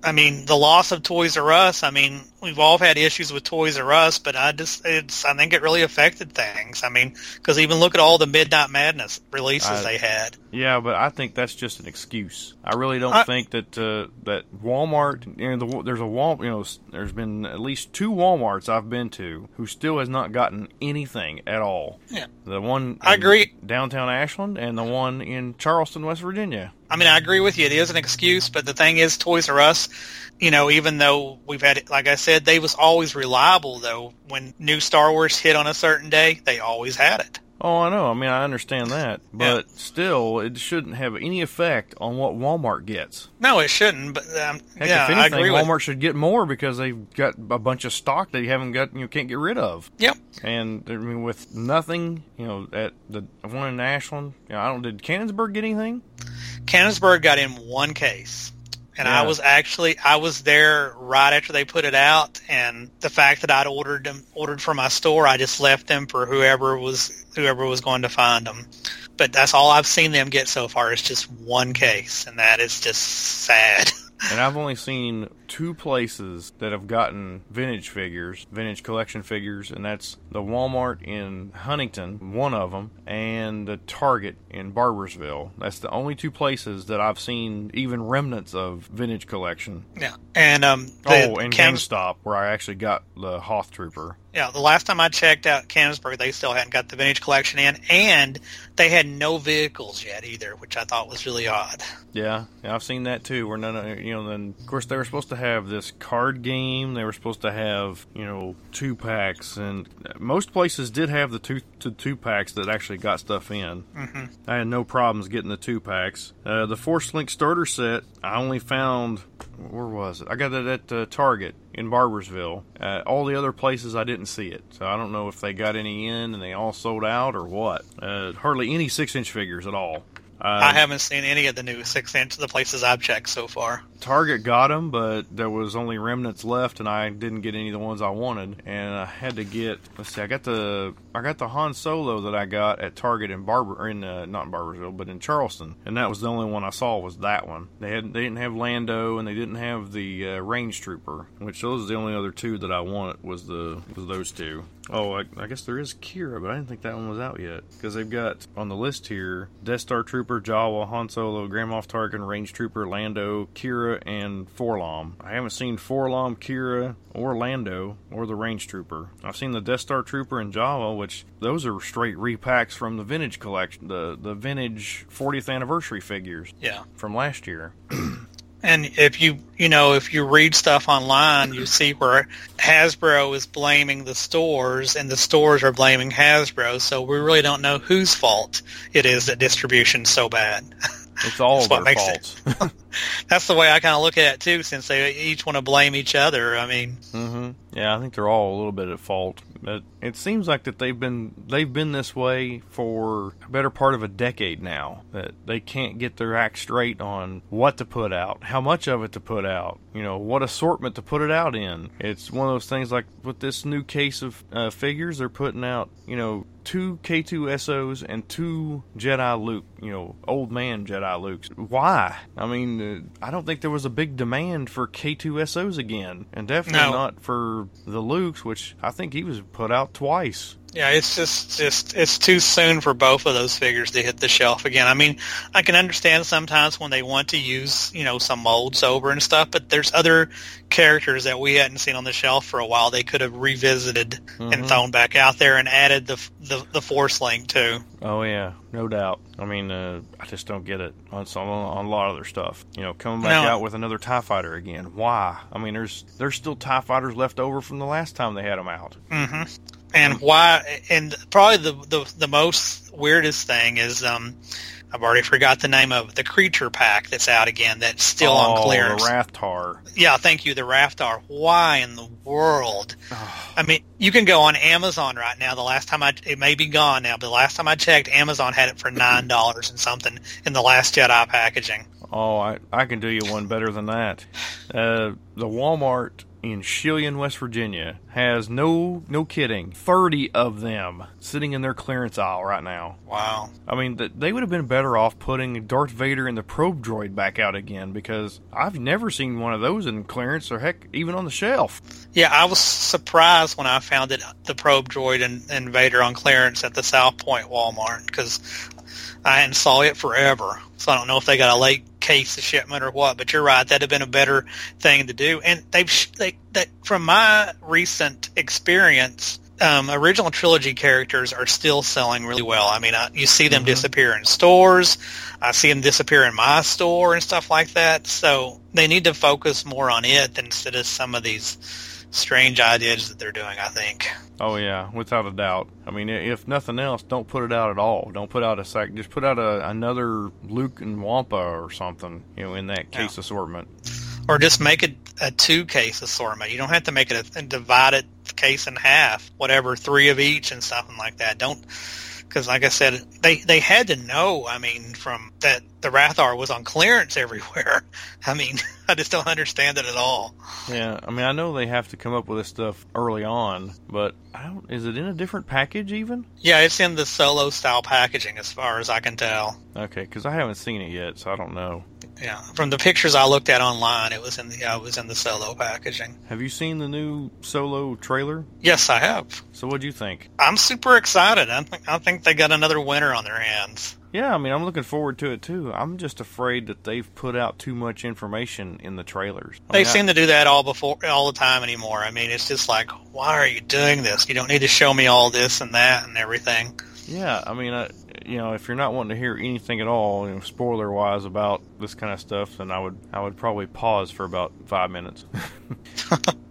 Speaker 2: I mean, the loss of Toys R Us. I mean, we've all had issues with Toys R Us, but I just, it's, I think it really affected things. I mean, because even look at all the Midnight Madness releases
Speaker 1: I-
Speaker 2: they had.
Speaker 1: Yeah, but I think that's just an excuse. I really don't
Speaker 2: I-
Speaker 1: think that uh, that Walmart. You know, the, wa- there's a Wal. You know, s- there's been at least two WalMarts I've been to who still has not gotten anything at all.
Speaker 2: Yeah.
Speaker 1: The one
Speaker 2: I
Speaker 1: in
Speaker 2: agree.
Speaker 1: downtown Ashland and the one in Charleston, West Virginia.
Speaker 2: I mean, I agree with you. It is an excuse, but the thing is, Toys R Us, you know, even though we've had, like I said, they was always reliable. Though when new Star Wars hit on a certain day, they always had it.
Speaker 1: Oh, I know. I mean, I understand that, but still, it shouldn't have any effect on what Walmart gets.
Speaker 2: No, it shouldn't. But um,
Speaker 1: Heck,
Speaker 2: yeah,
Speaker 1: if
Speaker 2: I
Speaker 1: anything,
Speaker 2: agree with.
Speaker 1: Walmart should get more because they've got a bunch of stock that you haven't got, you can't get rid of.
Speaker 2: Yep.
Speaker 1: And I mean, with nothing, you know, at the one in Ashland, you know, I don't. Did Cannonsburg get anything?
Speaker 2: Cannonsburg got in one case. And I
Speaker 1: Yeah.
Speaker 2: was actually I was there right after they put it out, and the fact that I'd ordered them ordered from my store, I just left them for whoever was whoever was going to find them. But that's all I've seen them get so far is just one case, and that is just sad.
Speaker 1: And I've only seen two places that have gotten vintage figures, vintage collection figures, and that's the Walmart in Huntington, one of them, and the Target in Barbersville. That's the only two places that I've seen even remnants of vintage collection.
Speaker 2: yeah, and um, the
Speaker 1: oh, and
Speaker 2: Cann-
Speaker 1: GameStop, where I actually got the Hoth Trooper.
Speaker 2: Yeah, the last time I checked out Canonsburg, they still hadn't got the vintage collection in, and they had no vehicles yet either, which I thought was really odd.
Speaker 1: Yeah, yeah, I've seen that too. Where none of you know, then of course they were supposed to have this card game. They were supposed to have you know two packs, and most places did have the two the two packs that actually got stuff in. Mm-hmm. I had no problems getting the two packs. Uh, the Force Link starter set, I only found where was it? I got it at uh, Target in Barbersville. Uh, all the other places I didn't see it, so I don't know if they got any in and they all sold out or what. Uh, hardly any six inch figures at all.
Speaker 2: I haven't seen any of the new six inch the places I've checked so far.
Speaker 1: Target got them, but there was only remnants left, and I didn't get any of the ones I wanted. And I had to get. Let's see, I got the I got the Han Solo that I got at Target in Barber or in uh, not in Barbersville, but in Charleston, and that was the only one I saw was that one. They had they didn't have Lando, and they didn't have the uh, Range Trooper, which those are the only other two that I wanted was the was those two. Oh, I, I guess there is Kira, but I didn't think that one was out yet because they've got on the list here Death Star Trooper, Jawa, Han Solo, Grand Moff Tarkin, Range Trooper, Lando, Kira, and Forlom. I haven't seen Forlom, Kira, or Lando or the Range Trooper. I've seen the Death Star Trooper and Jawa, which those are straight repacks from the vintage collection, the the vintage 40th anniversary figures
Speaker 2: Yeah.
Speaker 1: from last year.
Speaker 2: And if you you know if you read stuff online, you see where Hasbro is blaming the stores, and the stores are blaming Hasbro. So we really don't know whose fault it is that distribution's so bad.
Speaker 1: It's all
Speaker 2: That's what
Speaker 1: their
Speaker 2: makes it-
Speaker 1: fault.
Speaker 2: That's the way I kind of look at it too, since they each want to blame each other. I mean,
Speaker 1: hmm Yeah, I think they're all a little bit at fault, but it seems like that they've been they've been this way for a better part of a decade now. That they can't get their act straight on what to put out, how much of it to put out, you know, what assortment to put it out in. It's one of those things like with this new case of uh, figures, they're putting out, you know, two K2SOs and two Jedi Luke, you know, old man Jedi Lukes. Why? I mean, uh, I don't think there was a big demand for K2SOs again, and definitely
Speaker 2: No.
Speaker 1: not for the Lukes, which I think he was put out twice.
Speaker 2: Yeah, it's just just it's too soon for both of those figures to hit the shelf again. I mean, I can understand sometimes when they want to use, you know, some molds over and stuff, but there's other characters that we hadn't seen on the shelf for a while they could have revisited
Speaker 1: Mm-hmm.
Speaker 2: and thrown back out there and added the the, the force link too.
Speaker 1: Oh yeah, no doubt. I mean, uh, I just don't get it on some on a lot of their stuff. You know, coming back
Speaker 2: No.
Speaker 1: out with another Tie Fighter again. Why? I mean, there's there's still Tie Fighters left over from the last time they had them out.
Speaker 2: Mm-hmm. and
Speaker 1: Mm-hmm.
Speaker 2: why and probably the, the the most weirdest thing is um I've already forgot the name of it, the creature pack that's out again that's still
Speaker 1: Oh,
Speaker 2: on clearance.
Speaker 1: The Rathtar.
Speaker 2: Yeah, thank you. The Raftar. Why in the world? I mean, you can go on Amazon right now. The last time I, it may be gone now, but the last time I checked, Amazon had it for nine dollars and something in the last Jedi packaging.
Speaker 1: Oh, I, I can do you one better than that. Uh, the Walmart in Chillian, West Virginia, has no no kidding, thirty of them sitting in their clearance aisle right now.
Speaker 2: Wow.
Speaker 1: I mean, th- they would have been better off putting Darth Vader and the probe droid back out again because I've never seen one of those in clearance or heck, even on the shelf.
Speaker 2: Yeah, I was surprised when I found that the probe droid and, and Vader on clearance at the South Point Walmart because I hadn't saw it forever. So I don't know if they got a late case of shipment or what. But you're right; that'd have been a better thing to do. And they've sh- they that from my recent experience, um, original trilogy characters are still selling really well. I mean, I, you see them disappear in stores. I see them disappear in my store and stuff like that. So they need to focus more on it than instead of some of these strange ideas that they're doing. I think.
Speaker 1: Oh yeah, without a doubt. I mean, i- if nothing else, don't put it out at all. Don't put out a sack. Just put out a, another Luke and Wampa or something, you know, in that case assortment.
Speaker 2: or just make it a two case assortment. You don't have to make it a, and divide it case in half, whatever, three of each and something like that. Don't because, like I said, they they had to know. I mean, from that the Rathar was on clearance everywhere. I mean, I just don't understand it at all.
Speaker 1: Yeah, I mean, I know they have to come up with this stuff early on, but I don't. Is it in a different package even?
Speaker 2: Yeah, it's in the solo style packaging, as far as I can tell.
Speaker 1: Okay, because I haven't seen it yet, so I don't know.
Speaker 2: Yeah, from the pictures I looked at online, it was in the yeah, it was in the solo packaging.
Speaker 1: Have you seen the new Solo trailer?
Speaker 2: Yes, I have.
Speaker 1: So what'd you think?
Speaker 2: I'm super excited. I think I think they got another winner on their hands.
Speaker 1: Yeah, I mean, I'm looking forward to it too. I'm just afraid that they've put out too much information in the trailers. I
Speaker 2: They
Speaker 1: mean, I-
Speaker 2: seem to do that all before all the time anymore. I mean, it's just like, why are you doing this? You don't need to show me all this and that and everything.
Speaker 1: Yeah, I mean, I, you know, if you're not wanting to hear anything at all, you know, spoiler wise about this kind of stuff, then I would I would probably pause for about five minutes.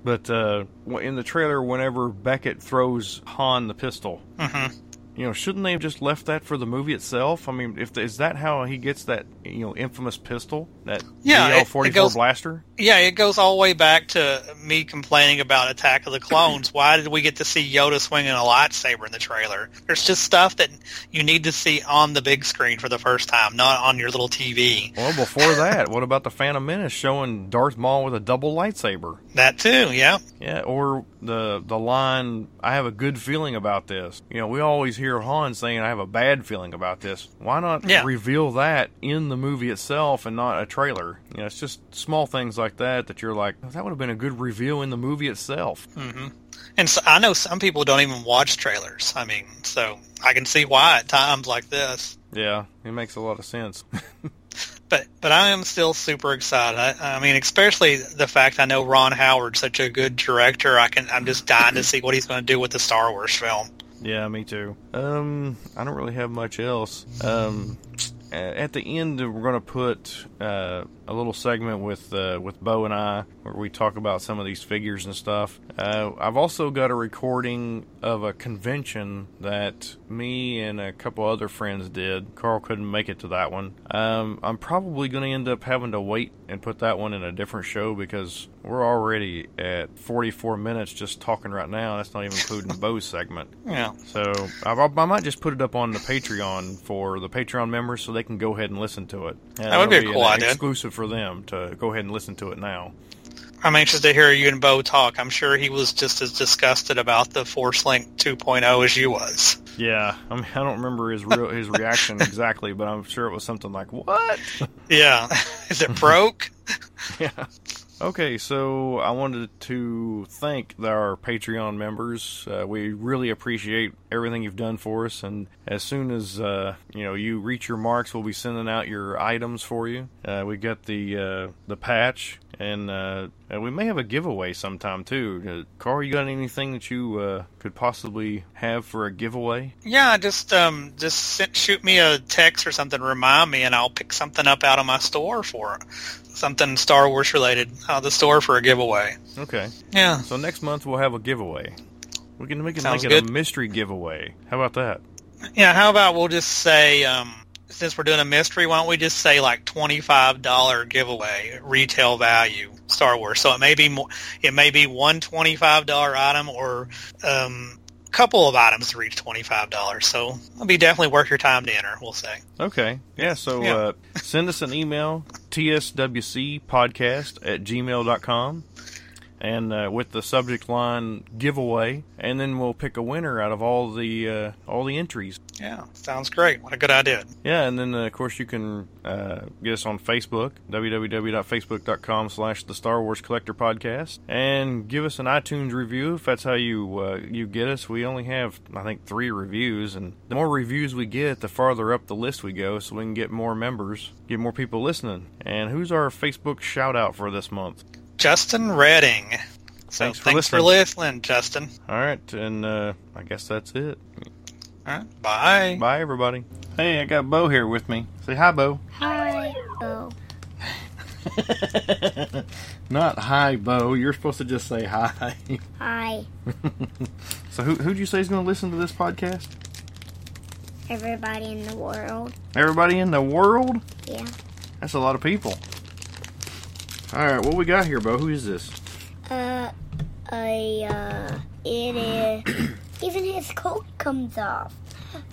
Speaker 1: but uh, w- in the trailer, whenever Beckett throws Han the pistol,
Speaker 2: hmm
Speaker 1: you know, shouldn't they have just left that for the movie itself? I mean, if is that how he gets that you know infamous pistol, that
Speaker 2: Yeah, it- it
Speaker 1: forty-four
Speaker 2: goes-
Speaker 1: blaster?
Speaker 2: Yeah, it goes all the way back to me complaining about Attack of the Clones. Why did we get to see Yoda swinging a lightsaber in the trailer? There's just stuff that you need to see on the big screen for the first time, not on your little TV.
Speaker 1: Well, before that, what about the Phantom Menace showing Darth Maul with a double lightsaber?
Speaker 2: That too, yeah.
Speaker 1: Yeah, or the the line, I have a good feeling about this. You know, we always hear Han saying, I have a bad feeling about this. Why not
Speaker 2: Yeah.
Speaker 1: reveal that in the movie itself and not a trailer? You know, it's just small things like that that you're like, "Oh, that would have been a good reveal in the movie itself.
Speaker 2: hmm And so I know some people don't even watch trailers. I mean, so I can see why at times like this.
Speaker 1: Yeah, it makes a lot of sense.
Speaker 2: But but I am still super excited. I, I mean, especially the fact I know Ron Howard's such a good director. I can I'm just dying to see what he's going to do with the Star Wars film.
Speaker 1: Yeah, me too. Um, I don't really have much else. Um, a- at the end, we're going to put uh, a little segment with uh, with Bo and I where we talk about some of these figures and stuff. Uh, I've also got a recording of a convention that me and a couple other friends did. Carl couldn't make it to that one. Um, I'm probably going to end up having to wait and put that one in a different show because we're already at 44 minutes just talking right now. That's not even including Bo's segment.
Speaker 2: Yeah.
Speaker 1: So I, I I might just put it up on the Patreon for the Patreon members, so they can go ahead and listen to it. And
Speaker 2: That would be a
Speaker 1: it'll
Speaker 2: cool
Speaker 1: an
Speaker 2: idea.
Speaker 1: Exclusive for them to go ahead and listen to it now.
Speaker 2: I'm anxious to hear you and Bo talk. I'm sure he was just as disgusted about the Force Link 2.0 as you was.
Speaker 1: Yeah, I mean I don't remember his real his reaction exactly, but I'm sure it was something like what?
Speaker 2: Yeah. Is it broke?
Speaker 1: yeah. Okay, so I wanted to thank our Patreon members. Uh, we really appreciate everything you've done for us, and as soon as uh, you know you reach your marks, we'll be sending out your items for you. Uh, we got the uh, the patch, and uh, uh, we may have a giveaway sometime too. Uh, Carl, you got anything that you uh, could possibly have for a giveaway?
Speaker 2: Yeah, just um, just send, shoot me a text or something. Remind me, and I'll pick something up out of my store for something Star Wars related out of the store for a giveaway.
Speaker 1: Okay,
Speaker 2: Yeah,
Speaker 1: so next month we'll have a giveaway. We can we can
Speaker 2: Sounds
Speaker 1: make it
Speaker 2: good.
Speaker 1: a mystery giveaway. How about that?
Speaker 2: yeah. How about we'll just say um, since we're doing a mystery, why don't we just say like twenty five dollar giveaway retail value Star Wars? So it may be more, it may be one twenty five dollar item or um, couple of items to reach twenty five dollars. So it'll be definitely worth your time to enter. We'll say.
Speaker 1: Okay. Yeah. So
Speaker 2: Yeah.
Speaker 1: Uh, send us an email, tswcpodcast at gmail.com, and uh, with the subject line giveaway, and then we'll pick a winner out of all the uh, all the entries.
Speaker 2: Yeah, sounds great. What a good idea.
Speaker 1: Yeah, and then uh, of course you can uh, get us on Facebook, www.facebook.com slash the Star Wars Collector Podcast, and give us an iTunes review if that's how you uh, you get us. We only have I think three reviews, and the more reviews we get, the farther up the list we go, so we can get more members, get more people listening. And who's our Facebook shout out for this month?
Speaker 2: Justin Redding. So
Speaker 1: Thanks
Speaker 2: thanks,
Speaker 1: for
Speaker 2: for,
Speaker 1: listening.
Speaker 2: listening. Justin.
Speaker 1: All right, and uh, I guess that's it.
Speaker 2: All right, bye.
Speaker 1: Bye, everybody. Hey, I got Bo here with me. Say hi, Bo.
Speaker 4: Hi, oh, Bo.
Speaker 1: Not hi, Bo. You're supposed to just say hi.
Speaker 4: Hi,
Speaker 1: So who who'd you say is going to listen to this podcast?
Speaker 4: everybody in the world.
Speaker 1: Everybody in the world?
Speaker 4: Yeah.
Speaker 1: That's a lot of people. All right, what we got here, Bo? Who is this?
Speaker 4: Uh, I, uh, it is. even his coat comes off.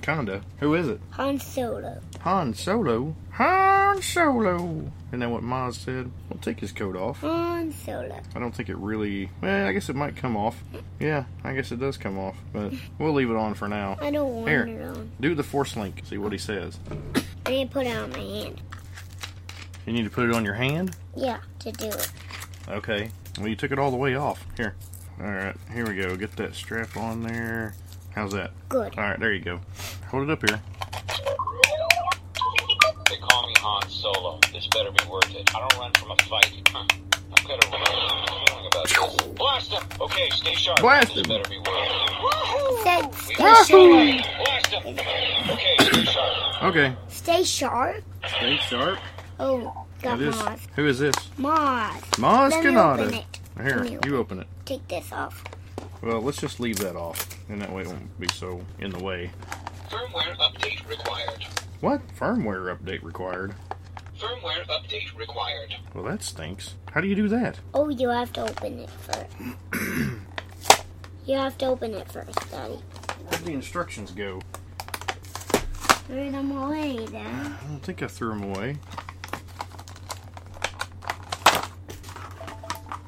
Speaker 1: Kinda. Who is it?
Speaker 4: Han Solo.
Speaker 1: Han Solo. Han Solo. Isn't that what Maz said? We'll take his coat off.
Speaker 4: Han Solo.
Speaker 1: I don't think it really. Well, I guess it might come off. Yeah, I guess it does come off, but we'll leave it on for now.
Speaker 4: I don't want
Speaker 1: Here.
Speaker 4: it on.
Speaker 1: Do the force link. See what he says.
Speaker 4: I need to put it on my hand.
Speaker 1: You need to put it on your hand.
Speaker 4: Yeah, to do it.
Speaker 1: Okay. Well, you took it all the way off. Here. All right. Here we go. Get that strap on there. How's that?
Speaker 4: Good.
Speaker 1: All right. There you go. Hold it up here.
Speaker 3: They call me Han Solo. This better be worth it. I don't run from a fight. Huh. I've got a really good feeling about this. Blast him! Okay, stay sharp.
Speaker 1: Blast
Speaker 3: this
Speaker 1: him.
Speaker 3: better be worth it.
Speaker 4: Said stay sharp.
Speaker 1: Wahoo!
Speaker 3: Blast him! Okay, stay sharp.
Speaker 1: Okay.
Speaker 4: Stay sharp.
Speaker 1: Stay sharp.
Speaker 4: Oh, got
Speaker 1: It is.
Speaker 4: Moz.
Speaker 1: Who is this?
Speaker 4: Moz.
Speaker 1: Maz
Speaker 4: Let me open
Speaker 1: Kanata.
Speaker 4: it.
Speaker 1: Here,
Speaker 4: Let me
Speaker 1: you open it.
Speaker 4: Take this off.
Speaker 1: Well, let's just leave that off, and that way it won't be so in the way.
Speaker 3: Firmware update required.
Speaker 1: What? Firmware update required.
Speaker 3: Firmware update required.
Speaker 1: Well, that stinks. How do you do that?
Speaker 4: Oh, you have to open it first. you have to open it first, Daddy.
Speaker 1: Where'd the instructions go?
Speaker 4: Throw them away, then.
Speaker 1: I don't think I threw them away.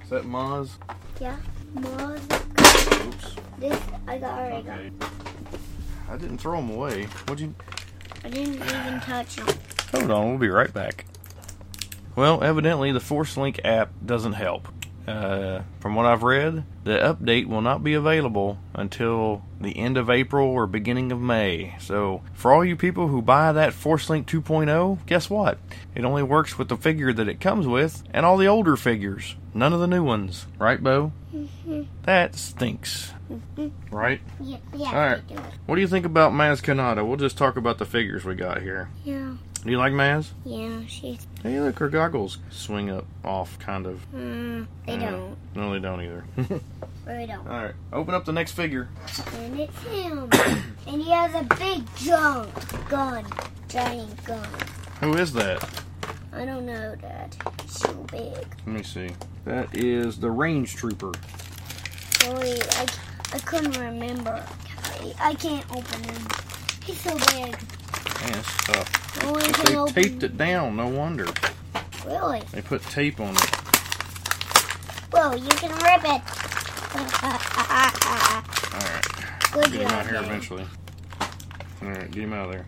Speaker 1: Is that Maz?
Speaker 4: Yeah. Moz.
Speaker 1: Oops.
Speaker 4: This I got already got.
Speaker 1: Okay. I didn't throw them away. What'd you?
Speaker 4: I didn't even touch them.
Speaker 1: Hold on, we'll be right back. Well, evidently the Force Link app doesn't help. Uh, from what I've read, the update will not be available until the end of April or beginning of May. So, for all you people who buy that Force Link 2.0, guess what? It only works with the figure that it comes with and all the older figures, none of the new ones. Right, Bo? That stinks. Right?
Speaker 4: Yeah. yeah
Speaker 1: All right.
Speaker 4: they do it.
Speaker 1: What do you think about Maz Kanata? We'll just talk about the figures we got here.
Speaker 4: Yeah.
Speaker 1: Do you like Maz?
Speaker 4: Yeah. She's.
Speaker 1: Hey, look, her goggles swing up off, kind of.
Speaker 4: Mm, they
Speaker 1: Yeah.
Speaker 4: don't.
Speaker 1: No, they don't either.
Speaker 4: They don't.
Speaker 1: All right, open up the next figure.
Speaker 4: And it's him. and he has a big junk gun. Giant gun.
Speaker 1: Who is that?
Speaker 4: I don't know, Dad. It's too big.
Speaker 1: Let me see. That is the range trooper.
Speaker 4: Sorry, I, I couldn't remember. I, I can't open him. He's so big.
Speaker 1: Man, it's tough.
Speaker 4: I only
Speaker 1: But
Speaker 4: can
Speaker 1: they
Speaker 4: open
Speaker 1: taped it down. No wonder
Speaker 4: Really?
Speaker 1: they put tape on it.
Speaker 4: Well, you can rip it.
Speaker 1: All right,
Speaker 4: Good
Speaker 1: get him out
Speaker 4: job.
Speaker 1: here
Speaker 4: man.
Speaker 1: eventually. All right, get him out of there.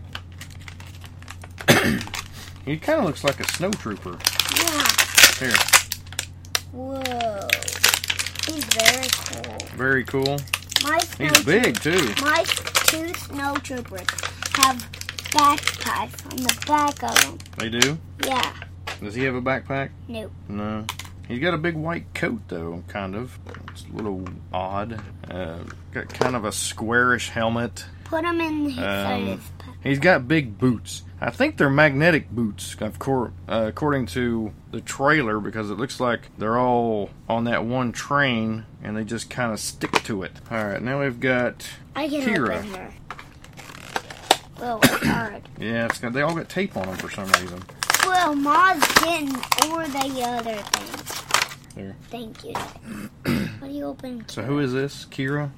Speaker 1: he kind of looks like a snow trooper.
Speaker 4: Yeah.
Speaker 1: Here,
Speaker 4: Whoa. He's very cool.
Speaker 1: very cool.
Speaker 4: My
Speaker 1: He's
Speaker 4: snow
Speaker 1: big too.
Speaker 4: My two snow troopers have backpacks on the back of them.
Speaker 1: They do.
Speaker 4: Yeah.
Speaker 1: Does he have a backpack?
Speaker 4: No.
Speaker 1: No. He's got a big white coat, though, kind of. It's a little odd. Uh, got kind of a squarish helmet.
Speaker 4: Put them in his side
Speaker 1: Um,
Speaker 4: of his pack.
Speaker 1: He's got big boots. I think they're magnetic boots, of cour- uh, according to the trailer, because it looks like they're all on that one train and they just kind of stick to it. All right, now we've got.
Speaker 4: I can
Speaker 1: Kira.
Speaker 4: open her. Whoa, it's hard.
Speaker 1: Yeah, it's got, they all got tape on them for some reason.
Speaker 4: Well, Ma's didn't or the other things.
Speaker 1: There.
Speaker 4: Thank you. what do you open?
Speaker 1: So, who is this? Kira?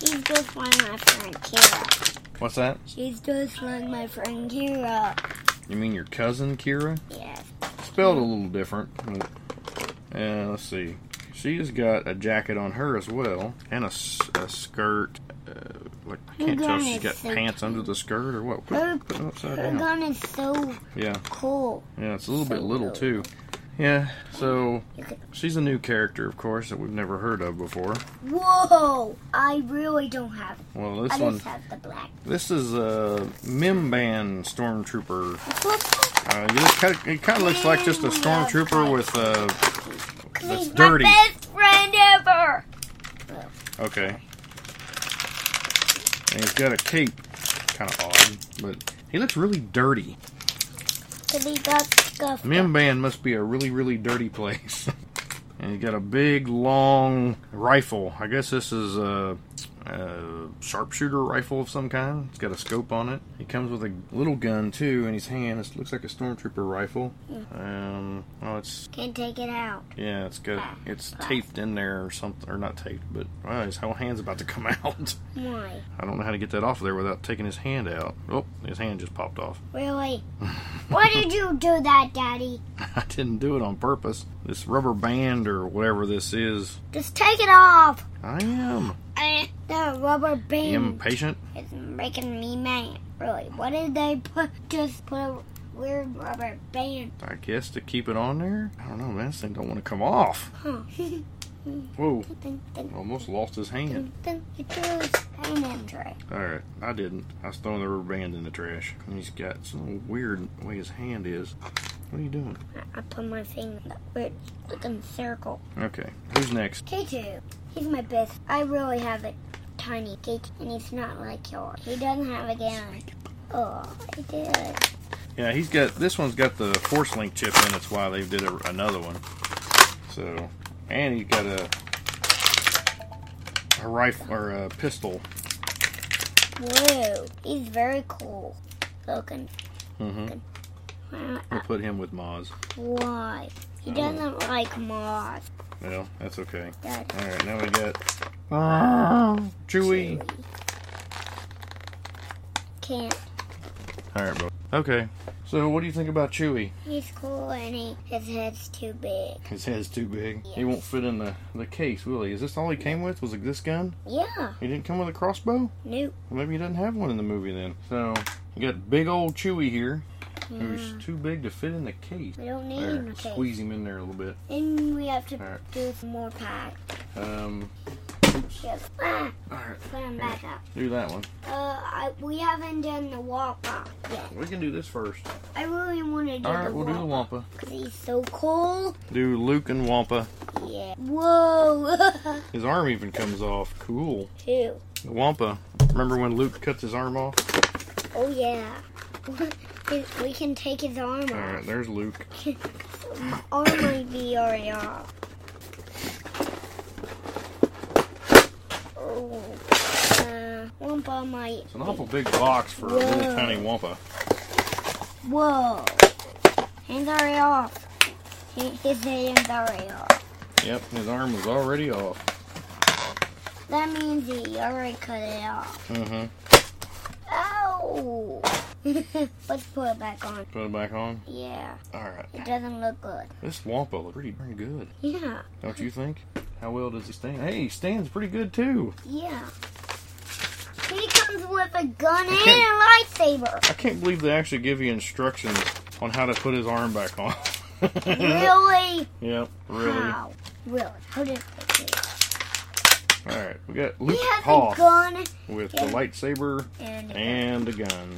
Speaker 4: She's just like my friend Kira.
Speaker 1: What's that?
Speaker 4: She's just like my friend Kira.
Speaker 1: You mean your cousin, Kira?
Speaker 4: Yes.
Speaker 1: spelled a little different. but- Uh, let's see. She has got a jacket on her as well, and a, s- a skirt. Uh, like I
Speaker 4: Her
Speaker 1: can't tell if
Speaker 4: gun
Speaker 1: she's
Speaker 4: is
Speaker 1: got
Speaker 4: so
Speaker 1: pants under the skirt or what. Put,
Speaker 4: Her-
Speaker 1: put them upside
Speaker 4: Her
Speaker 1: oh, down.
Speaker 4: gun is so
Speaker 1: Yeah,
Speaker 4: cool.
Speaker 1: yeah, it's a little bit
Speaker 4: so
Speaker 1: little
Speaker 4: cool.
Speaker 1: too. Yeah, so
Speaker 4: You could-
Speaker 1: she's a new character, of course, that we've never heard of before.
Speaker 4: Whoa! I really don't have.
Speaker 1: Well, this
Speaker 4: I
Speaker 1: one,
Speaker 4: just have the black.
Speaker 1: this is a Mimban stormtrooper.
Speaker 4: Because
Speaker 1: Uh, you look, kinda- it kind of looks like just a
Speaker 4: Mimban.
Speaker 1: stormtrooper with uh, that's
Speaker 4: he's
Speaker 1: dirty.
Speaker 4: my best friend ever.
Speaker 1: Okay. And he's got a cape. Kind of odd, but he looks really dirty.
Speaker 4: Cause he got scuffed.
Speaker 1: Mimban must be a really, really dirty place. and he's got a big, long rifle. I guess this is a, a sharpshooter rifle of some kind. It's got a scope on it. He comes with a little gun, too, in his hand. It looks like a stormtrooper rifle. Um, oh, it's
Speaker 4: Can't take it out.
Speaker 1: Yeah, it's good. It's taped in there or something, or not taped, but wow, his whole hand's about to come out.
Speaker 4: Why?
Speaker 1: I don't know how to get that off of there without taking his hand out. Oh, his hand just popped off.
Speaker 4: Really? Why did you do that, Daddy?
Speaker 1: I didn't do it on purpose. This rubber band or whatever this is.
Speaker 4: Just take it off.
Speaker 1: I am
Speaker 4: Eh, That rubber band
Speaker 1: impatient.
Speaker 4: is making me mad. Really? Why did they put just put a weird rubber band.
Speaker 1: I guess to keep it on there. I don't know, man. This thing don't want to come off.
Speaker 4: Huh. dun,
Speaker 1: Whoa!
Speaker 4: dun, dun,
Speaker 1: Almost lost his hand.
Speaker 4: dun, dun. You threw his pen in tray.
Speaker 1: All right, I didn't. I was throwing the rubber band in the trash. And he's got some weird way his hand is. What are you doing?
Speaker 4: I- I put my finger in that weird looking circle.
Speaker 1: Okay, who's next?
Speaker 4: K2. He's my best. I really have a tiny cake, and he's not like yours. He doesn't have a gun. Oh, I did.
Speaker 1: Yeah, he's got this one's got the force link chip in. That's why they did a, another one. So, and he's got a a rifle or a pistol.
Speaker 4: Whoa, he's very cool looking.
Speaker 1: Mm-hmm.
Speaker 4: Wow,
Speaker 1: We'll put him with Moz.
Speaker 4: Why? He doesn't like moss.
Speaker 1: Well, that's okay.
Speaker 4: That
Speaker 1: All right, now we got Ah, Chewy.
Speaker 4: can't.
Speaker 1: All right, bro. Okay. So, what do you think about Chewy?
Speaker 4: He's cool and he, his head's too big.
Speaker 1: His head's too big. He won't fit in the, the case, will he? Is this all he came with? Was it this gun?
Speaker 4: Yeah,
Speaker 1: He didn't come with a crossbow?
Speaker 4: nope.
Speaker 1: Well, maybe he doesn't have one in the movie then. So, you got big old Chewy here,
Speaker 4: Yeah.
Speaker 1: who's too big to fit in the case.
Speaker 4: We don't need
Speaker 1: There,
Speaker 4: him. Okay.
Speaker 1: squeeze him in there a little bit.
Speaker 4: Then we have to
Speaker 1: Alright.
Speaker 4: do some more pack.
Speaker 1: Um,
Speaker 4: Just ah,
Speaker 1: all right,
Speaker 4: put him back up.
Speaker 1: do that one.
Speaker 4: Uh, I, we haven't done the Wampa yet.
Speaker 1: We can do this first.
Speaker 4: I really want to do
Speaker 1: All right,
Speaker 4: the
Speaker 1: we'll do the
Speaker 4: Wampa
Speaker 1: Wampa.
Speaker 4: because he's so cool.
Speaker 1: Do Luke and Wampa.
Speaker 4: Yeah. Whoa.
Speaker 1: His arm even comes off. Cool.
Speaker 4: Two.
Speaker 1: The Wampa. Remember when Luke cuts his arm off?
Speaker 4: Oh yeah. we can take his arm
Speaker 1: All right,
Speaker 4: off.
Speaker 1: there's Luke.
Speaker 4: Arm might be already off. Oh. Uh, Wampa might.
Speaker 1: It's an awful big box for a little
Speaker 4: Whoa.
Speaker 1: tiny Wampa.
Speaker 4: Whoa. Hands already off. Hi- His hands already off.
Speaker 1: Yep, his arm was already off.
Speaker 4: That means he already cut it off.
Speaker 1: Mm-hmm.
Speaker 4: Ow. Let's put it back on.
Speaker 1: Put it back on.
Speaker 4: Yeah.
Speaker 1: All right.
Speaker 4: It doesn't look good.
Speaker 1: This Wampa looks pretty darn good,
Speaker 4: Yeah.
Speaker 1: don't you think? How well does he stand? Hey, he stands pretty good too.
Speaker 4: Yeah. He comes with a gun and a lightsaber.
Speaker 1: I can't believe they actually give you instructions on how to put his arm back on.
Speaker 4: Really?
Speaker 1: Yep, really. All
Speaker 4: How? Really? How did they do it?
Speaker 1: right, we got
Speaker 4: He
Speaker 1: Luke
Speaker 4: has a
Speaker 1: Hoff
Speaker 4: gun
Speaker 1: with the lightsaber
Speaker 4: and, a gun.
Speaker 1: and a gun.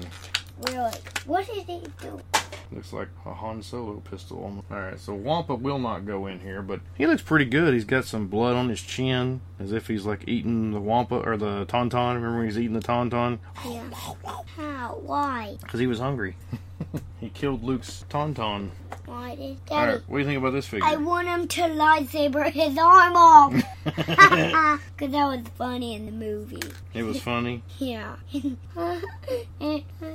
Speaker 4: really. What did he do?
Speaker 1: Looks like a Han Solo pistol. All right, so Wampa will not go in here, but he looks pretty good. He's got some blood on his chin, as if he's like eating the Wampa or the Tauntaun. Remember when he's eating the Tauntaun?
Speaker 4: Yeah. How? Why?
Speaker 1: Because he was hungry. he killed Luke's Tauntaun.
Speaker 4: Why did
Speaker 1: All
Speaker 4: Daddy?
Speaker 1: right, what do you think about this
Speaker 4: I
Speaker 1: figure?
Speaker 4: want him to lightsaber his arm off. Because that was funny in the movie.
Speaker 1: it was funny.
Speaker 4: Yeah. and, uh,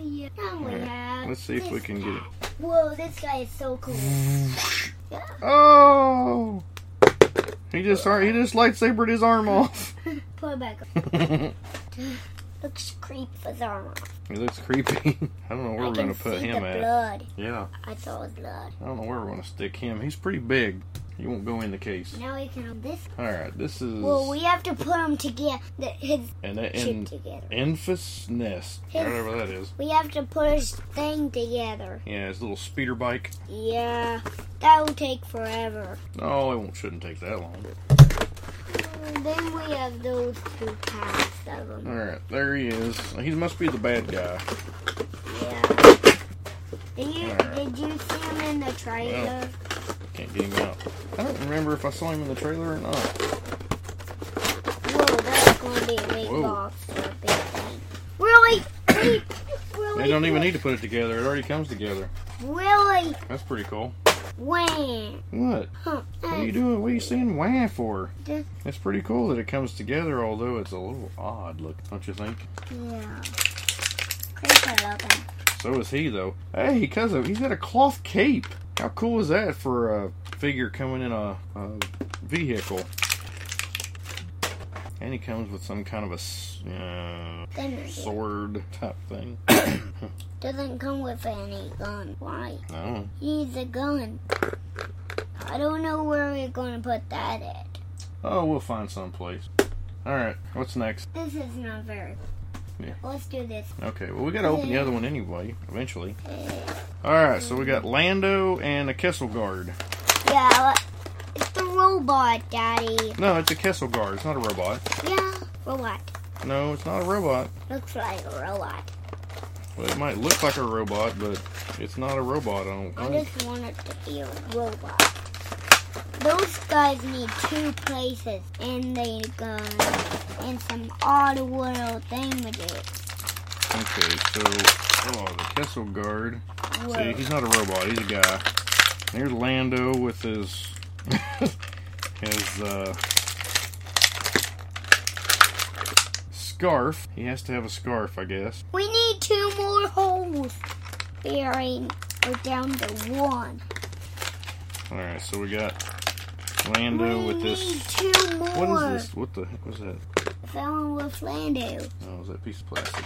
Speaker 4: yeah. Now we have.
Speaker 1: Let's see if we
Speaker 4: this
Speaker 1: can get it.
Speaker 4: Whoa, this guy is so cool.
Speaker 1: Oh! He just he just lightsabered his arm off.
Speaker 4: Put it back. on.
Speaker 1: he
Speaker 4: Looks creep his arm off.
Speaker 1: looks creepy. I don't know where
Speaker 4: I
Speaker 1: we're
Speaker 4: can
Speaker 1: gonna put
Speaker 4: see
Speaker 1: him
Speaker 4: the
Speaker 1: at.
Speaker 4: blood.
Speaker 1: Yeah.
Speaker 4: I saw his blood.
Speaker 1: I don't know where we're gonna stick him. He's pretty big. He won't go in the case.
Speaker 4: Now we can this.
Speaker 1: All right, this is
Speaker 4: Well, we have to put him together. His
Speaker 1: an
Speaker 4: shit
Speaker 1: an
Speaker 4: together.
Speaker 1: Enfys nest,
Speaker 4: His-
Speaker 1: whatever that is.
Speaker 4: We have to put his thing together.
Speaker 1: Yeah, his little speeder bike.
Speaker 4: Yeah, that will take forever.
Speaker 1: Oh, it won't, shouldn't take that long.
Speaker 4: Then we have those two packs of
Speaker 1: All
Speaker 4: them.
Speaker 1: right, there he is. He must be the bad guy.
Speaker 4: Yeah. Did you, did you see him in the trailer?
Speaker 1: Can't get him out. I don't remember if I saw him in the trailer or not.
Speaker 4: Whoa, that's going to be a big
Speaker 1: Whoa.
Speaker 4: box or a big thing. Really? really?
Speaker 1: They don't even need to put it together. It already comes together.
Speaker 4: Really?
Speaker 1: That's pretty cool.
Speaker 4: Wham!
Speaker 1: What?
Speaker 4: Huh.
Speaker 1: What are you doing? What are you saying wah for?
Speaker 4: Just-
Speaker 1: It's pretty cool that it comes together, although it's a little odd look, don't you think?
Speaker 4: Yeah. Creepy looking.
Speaker 1: So is he though. Hey, cuz of he's got a cloth cape. How cool is that for a figure coming in a, a vehicle? And he comes with some kind of a s- uh,
Speaker 4: Then it
Speaker 1: sword type thing.
Speaker 4: doesn't come with any gun. Why?
Speaker 1: No,
Speaker 4: He's a gun. I don't know where we're gonna put that at.
Speaker 1: oh, we'll find someplace. All right, what's next?
Speaker 4: This is not very.
Speaker 1: Yeah.
Speaker 4: Let's do this.
Speaker 1: Okay, well, we gotta open the other one anyway, eventually. Alright, so we got Lando and a Kessel Guard.
Speaker 4: Yeah, let- it's the robot, Daddy.
Speaker 1: No, it's a Kessel Guard, it's not a robot.
Speaker 4: Yeah, robot.
Speaker 1: No, it's not a robot.
Speaker 4: Looks like a robot.
Speaker 1: Well, it might look like a robot, but it's not a robot, I don't
Speaker 4: I
Speaker 1: think.
Speaker 4: just want it to be a robot. Those guys need two places, and they gun, and some odd world thingamajig.
Speaker 1: Okay, so, oh, the Kessel Guard. See, he's not a robot, he's a guy. And here's Lando with his. his, uh. Scarf. He has to have a scarf, I guess.
Speaker 4: We need two more holes. Bearing, we're down to one.
Speaker 1: Alright, so we got Lando
Speaker 4: we
Speaker 1: with
Speaker 4: need
Speaker 1: this.
Speaker 4: two more.
Speaker 1: What is this? What the heck was that?
Speaker 4: Fell with Lando.
Speaker 1: Oh, it was that piece of plastic?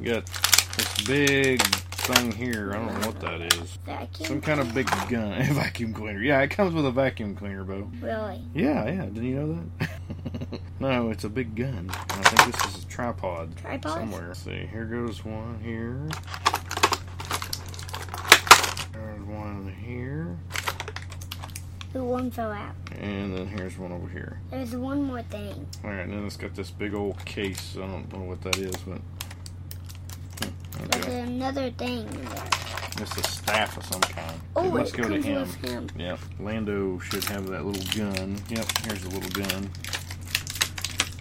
Speaker 1: We got this big thing here. I don't know what that is.
Speaker 4: Vacuum.
Speaker 1: Some kind of big gun. A vacuum cleaner. Yeah, it comes with a vacuum cleaner, Bo.
Speaker 4: Really?
Speaker 1: Yeah, yeah. Didn't you know that? no, it's a big gun. And I think this is a tripod.
Speaker 4: Tripods?
Speaker 1: Somewhere. Let's see, here goes one here. There's one here.
Speaker 4: The one fell out.
Speaker 1: And then here's one over here.
Speaker 4: There's one more thing.
Speaker 1: Alright, and then it's got this big old case. I don't know what that is, but. Hmm,
Speaker 4: There's
Speaker 1: Okay.
Speaker 4: another thing. There.
Speaker 1: It's a staff of some kind.
Speaker 4: Oh,
Speaker 1: it must
Speaker 4: it
Speaker 1: go to
Speaker 4: comes
Speaker 1: him.
Speaker 4: with him.
Speaker 1: Yep. Lando should have that little gun. Yep, here's the little gun.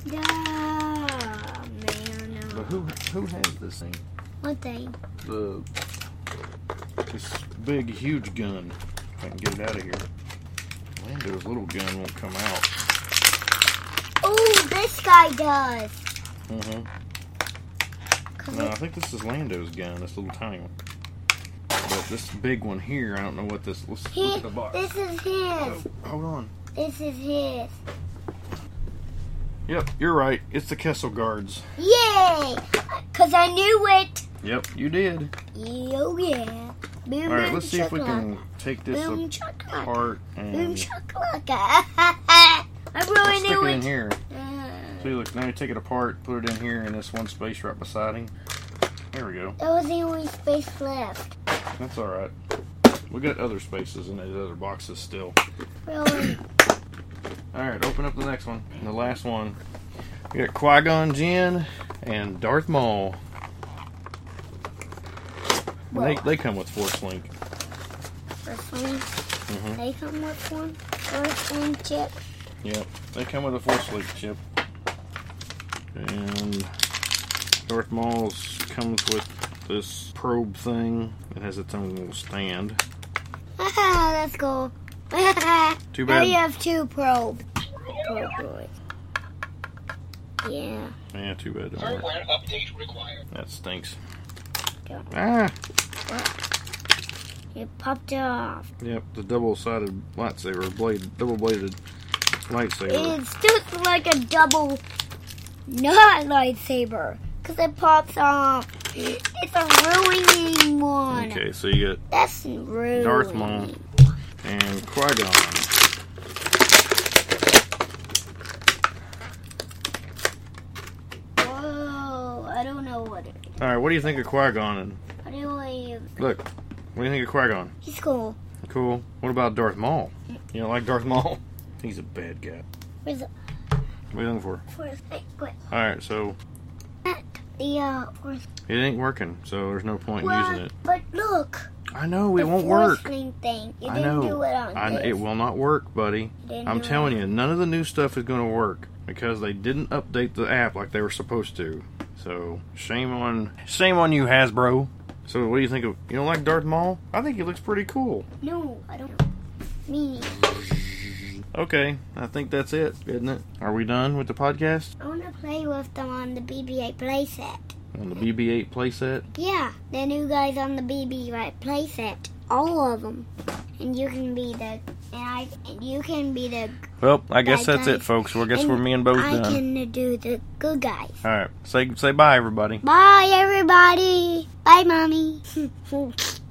Speaker 4: Yeah, man. uh,
Speaker 1: But who who has this thing?
Speaker 4: One thing.
Speaker 1: The this big huge gun. If I can get it out of here. Lando's little gun won't come out.
Speaker 4: Oh, this guy does.
Speaker 1: Mm-hmm.
Speaker 4: 'Cause
Speaker 1: No, I
Speaker 4: it-
Speaker 1: think this is Lando's gun, this little tiny one. But this big one here, I don't know what this let's
Speaker 4: he,
Speaker 1: look at the box.
Speaker 4: this is his.
Speaker 1: Oh, hold on.
Speaker 4: This is his.
Speaker 1: Yep, you're right. It's the Kessel Guards.
Speaker 4: Yay! Cause I knew it.
Speaker 1: Yep, you did.
Speaker 4: Yo yeah. Boom
Speaker 1: All right,
Speaker 4: boom
Speaker 1: let's see if we can
Speaker 4: shakalaka.
Speaker 1: take this
Speaker 4: Boom chakalaka.
Speaker 1: apart
Speaker 4: Boom
Speaker 1: and stick
Speaker 4: shakalaka. I really
Speaker 1: it in
Speaker 4: knew it.
Speaker 1: here.
Speaker 4: Uh,
Speaker 1: See, look, now you take it apart, put it in here in this one space right beside him. There we go.
Speaker 4: that was the only space left.
Speaker 1: That's all right. We got other spaces in these other boxes still.
Speaker 4: Really.
Speaker 1: All right, open up the next one, and the last one. We got Qui Gon Jinn and Darth Maul. They, they come with Force Link.
Speaker 4: First one.
Speaker 1: Mm-hmm.
Speaker 4: They come with one. First one chip.
Speaker 1: Yep, they come with a Force Link chip. And Darth Maul's comes with this probe thing. It has its own little stand.
Speaker 4: That's cool. now
Speaker 1: Too bad.
Speaker 4: you have two probe. Probe boys. Yeah.
Speaker 1: Yeah, too bad. Don't work.
Speaker 3: Firmware update required.
Speaker 1: That stinks.
Speaker 4: Don't.
Speaker 1: Ah,
Speaker 4: It popped it off.
Speaker 1: yep, the double-sided lightsaber blade, double-bladed lightsaber.
Speaker 4: It's just like a double not lightsaber. Because it pops off. It's a ruining one.
Speaker 1: Okay, so you
Speaker 4: That's ruining.
Speaker 1: got Darth Maul and Qui Gon.
Speaker 4: Whoa. I don't know what it is.
Speaker 1: All right, what do you think of Qui Gon? And
Speaker 4: I don't know what it is.
Speaker 1: look, what do you think of Qui Gon?
Speaker 4: He's cool.
Speaker 1: Cool. What about Darth Maul? You don't like Darth Maul? He's a bad guy.
Speaker 4: Where's the
Speaker 1: What are you looking for?
Speaker 4: first thing? Quick.
Speaker 1: All right, so
Speaker 4: The uh, fourth
Speaker 1: it ain't working, so there's no point in using it.
Speaker 4: But look,
Speaker 1: I know it
Speaker 4: the
Speaker 1: won't work.
Speaker 4: forcing Thing. You
Speaker 1: I
Speaker 4: didn't
Speaker 1: know.
Speaker 4: do it on
Speaker 1: I,
Speaker 4: this.
Speaker 1: it will not work, buddy.
Speaker 4: Didn't
Speaker 1: I'm
Speaker 4: do it.
Speaker 1: telling you, none of the new stuff is going to work because they didn't update the app like they were supposed to. So shame on shame on you, Hasbro. So what do you think of? You don't like Darth Maul? I think he looks pretty cool.
Speaker 4: No, I don't. Me.
Speaker 1: Okay, I think that's it, isn't it? Are we done with the podcast
Speaker 4: I want to play with them on the BB-8 playset.
Speaker 1: on the BB-8 playset?
Speaker 4: Yeah, the new guys on the BB-8 playset. All of them. And you can be the. And I. And you can be the.
Speaker 1: Well, I guess
Speaker 4: Bye,
Speaker 1: that's
Speaker 4: guys.
Speaker 1: it, folks. Well, I guess
Speaker 4: and
Speaker 1: we're me and Bo's
Speaker 4: I
Speaker 1: done.
Speaker 4: can do the good guys.
Speaker 1: All right, say say bye, everybody.
Speaker 4: Bye, everybody. Bye, mommy.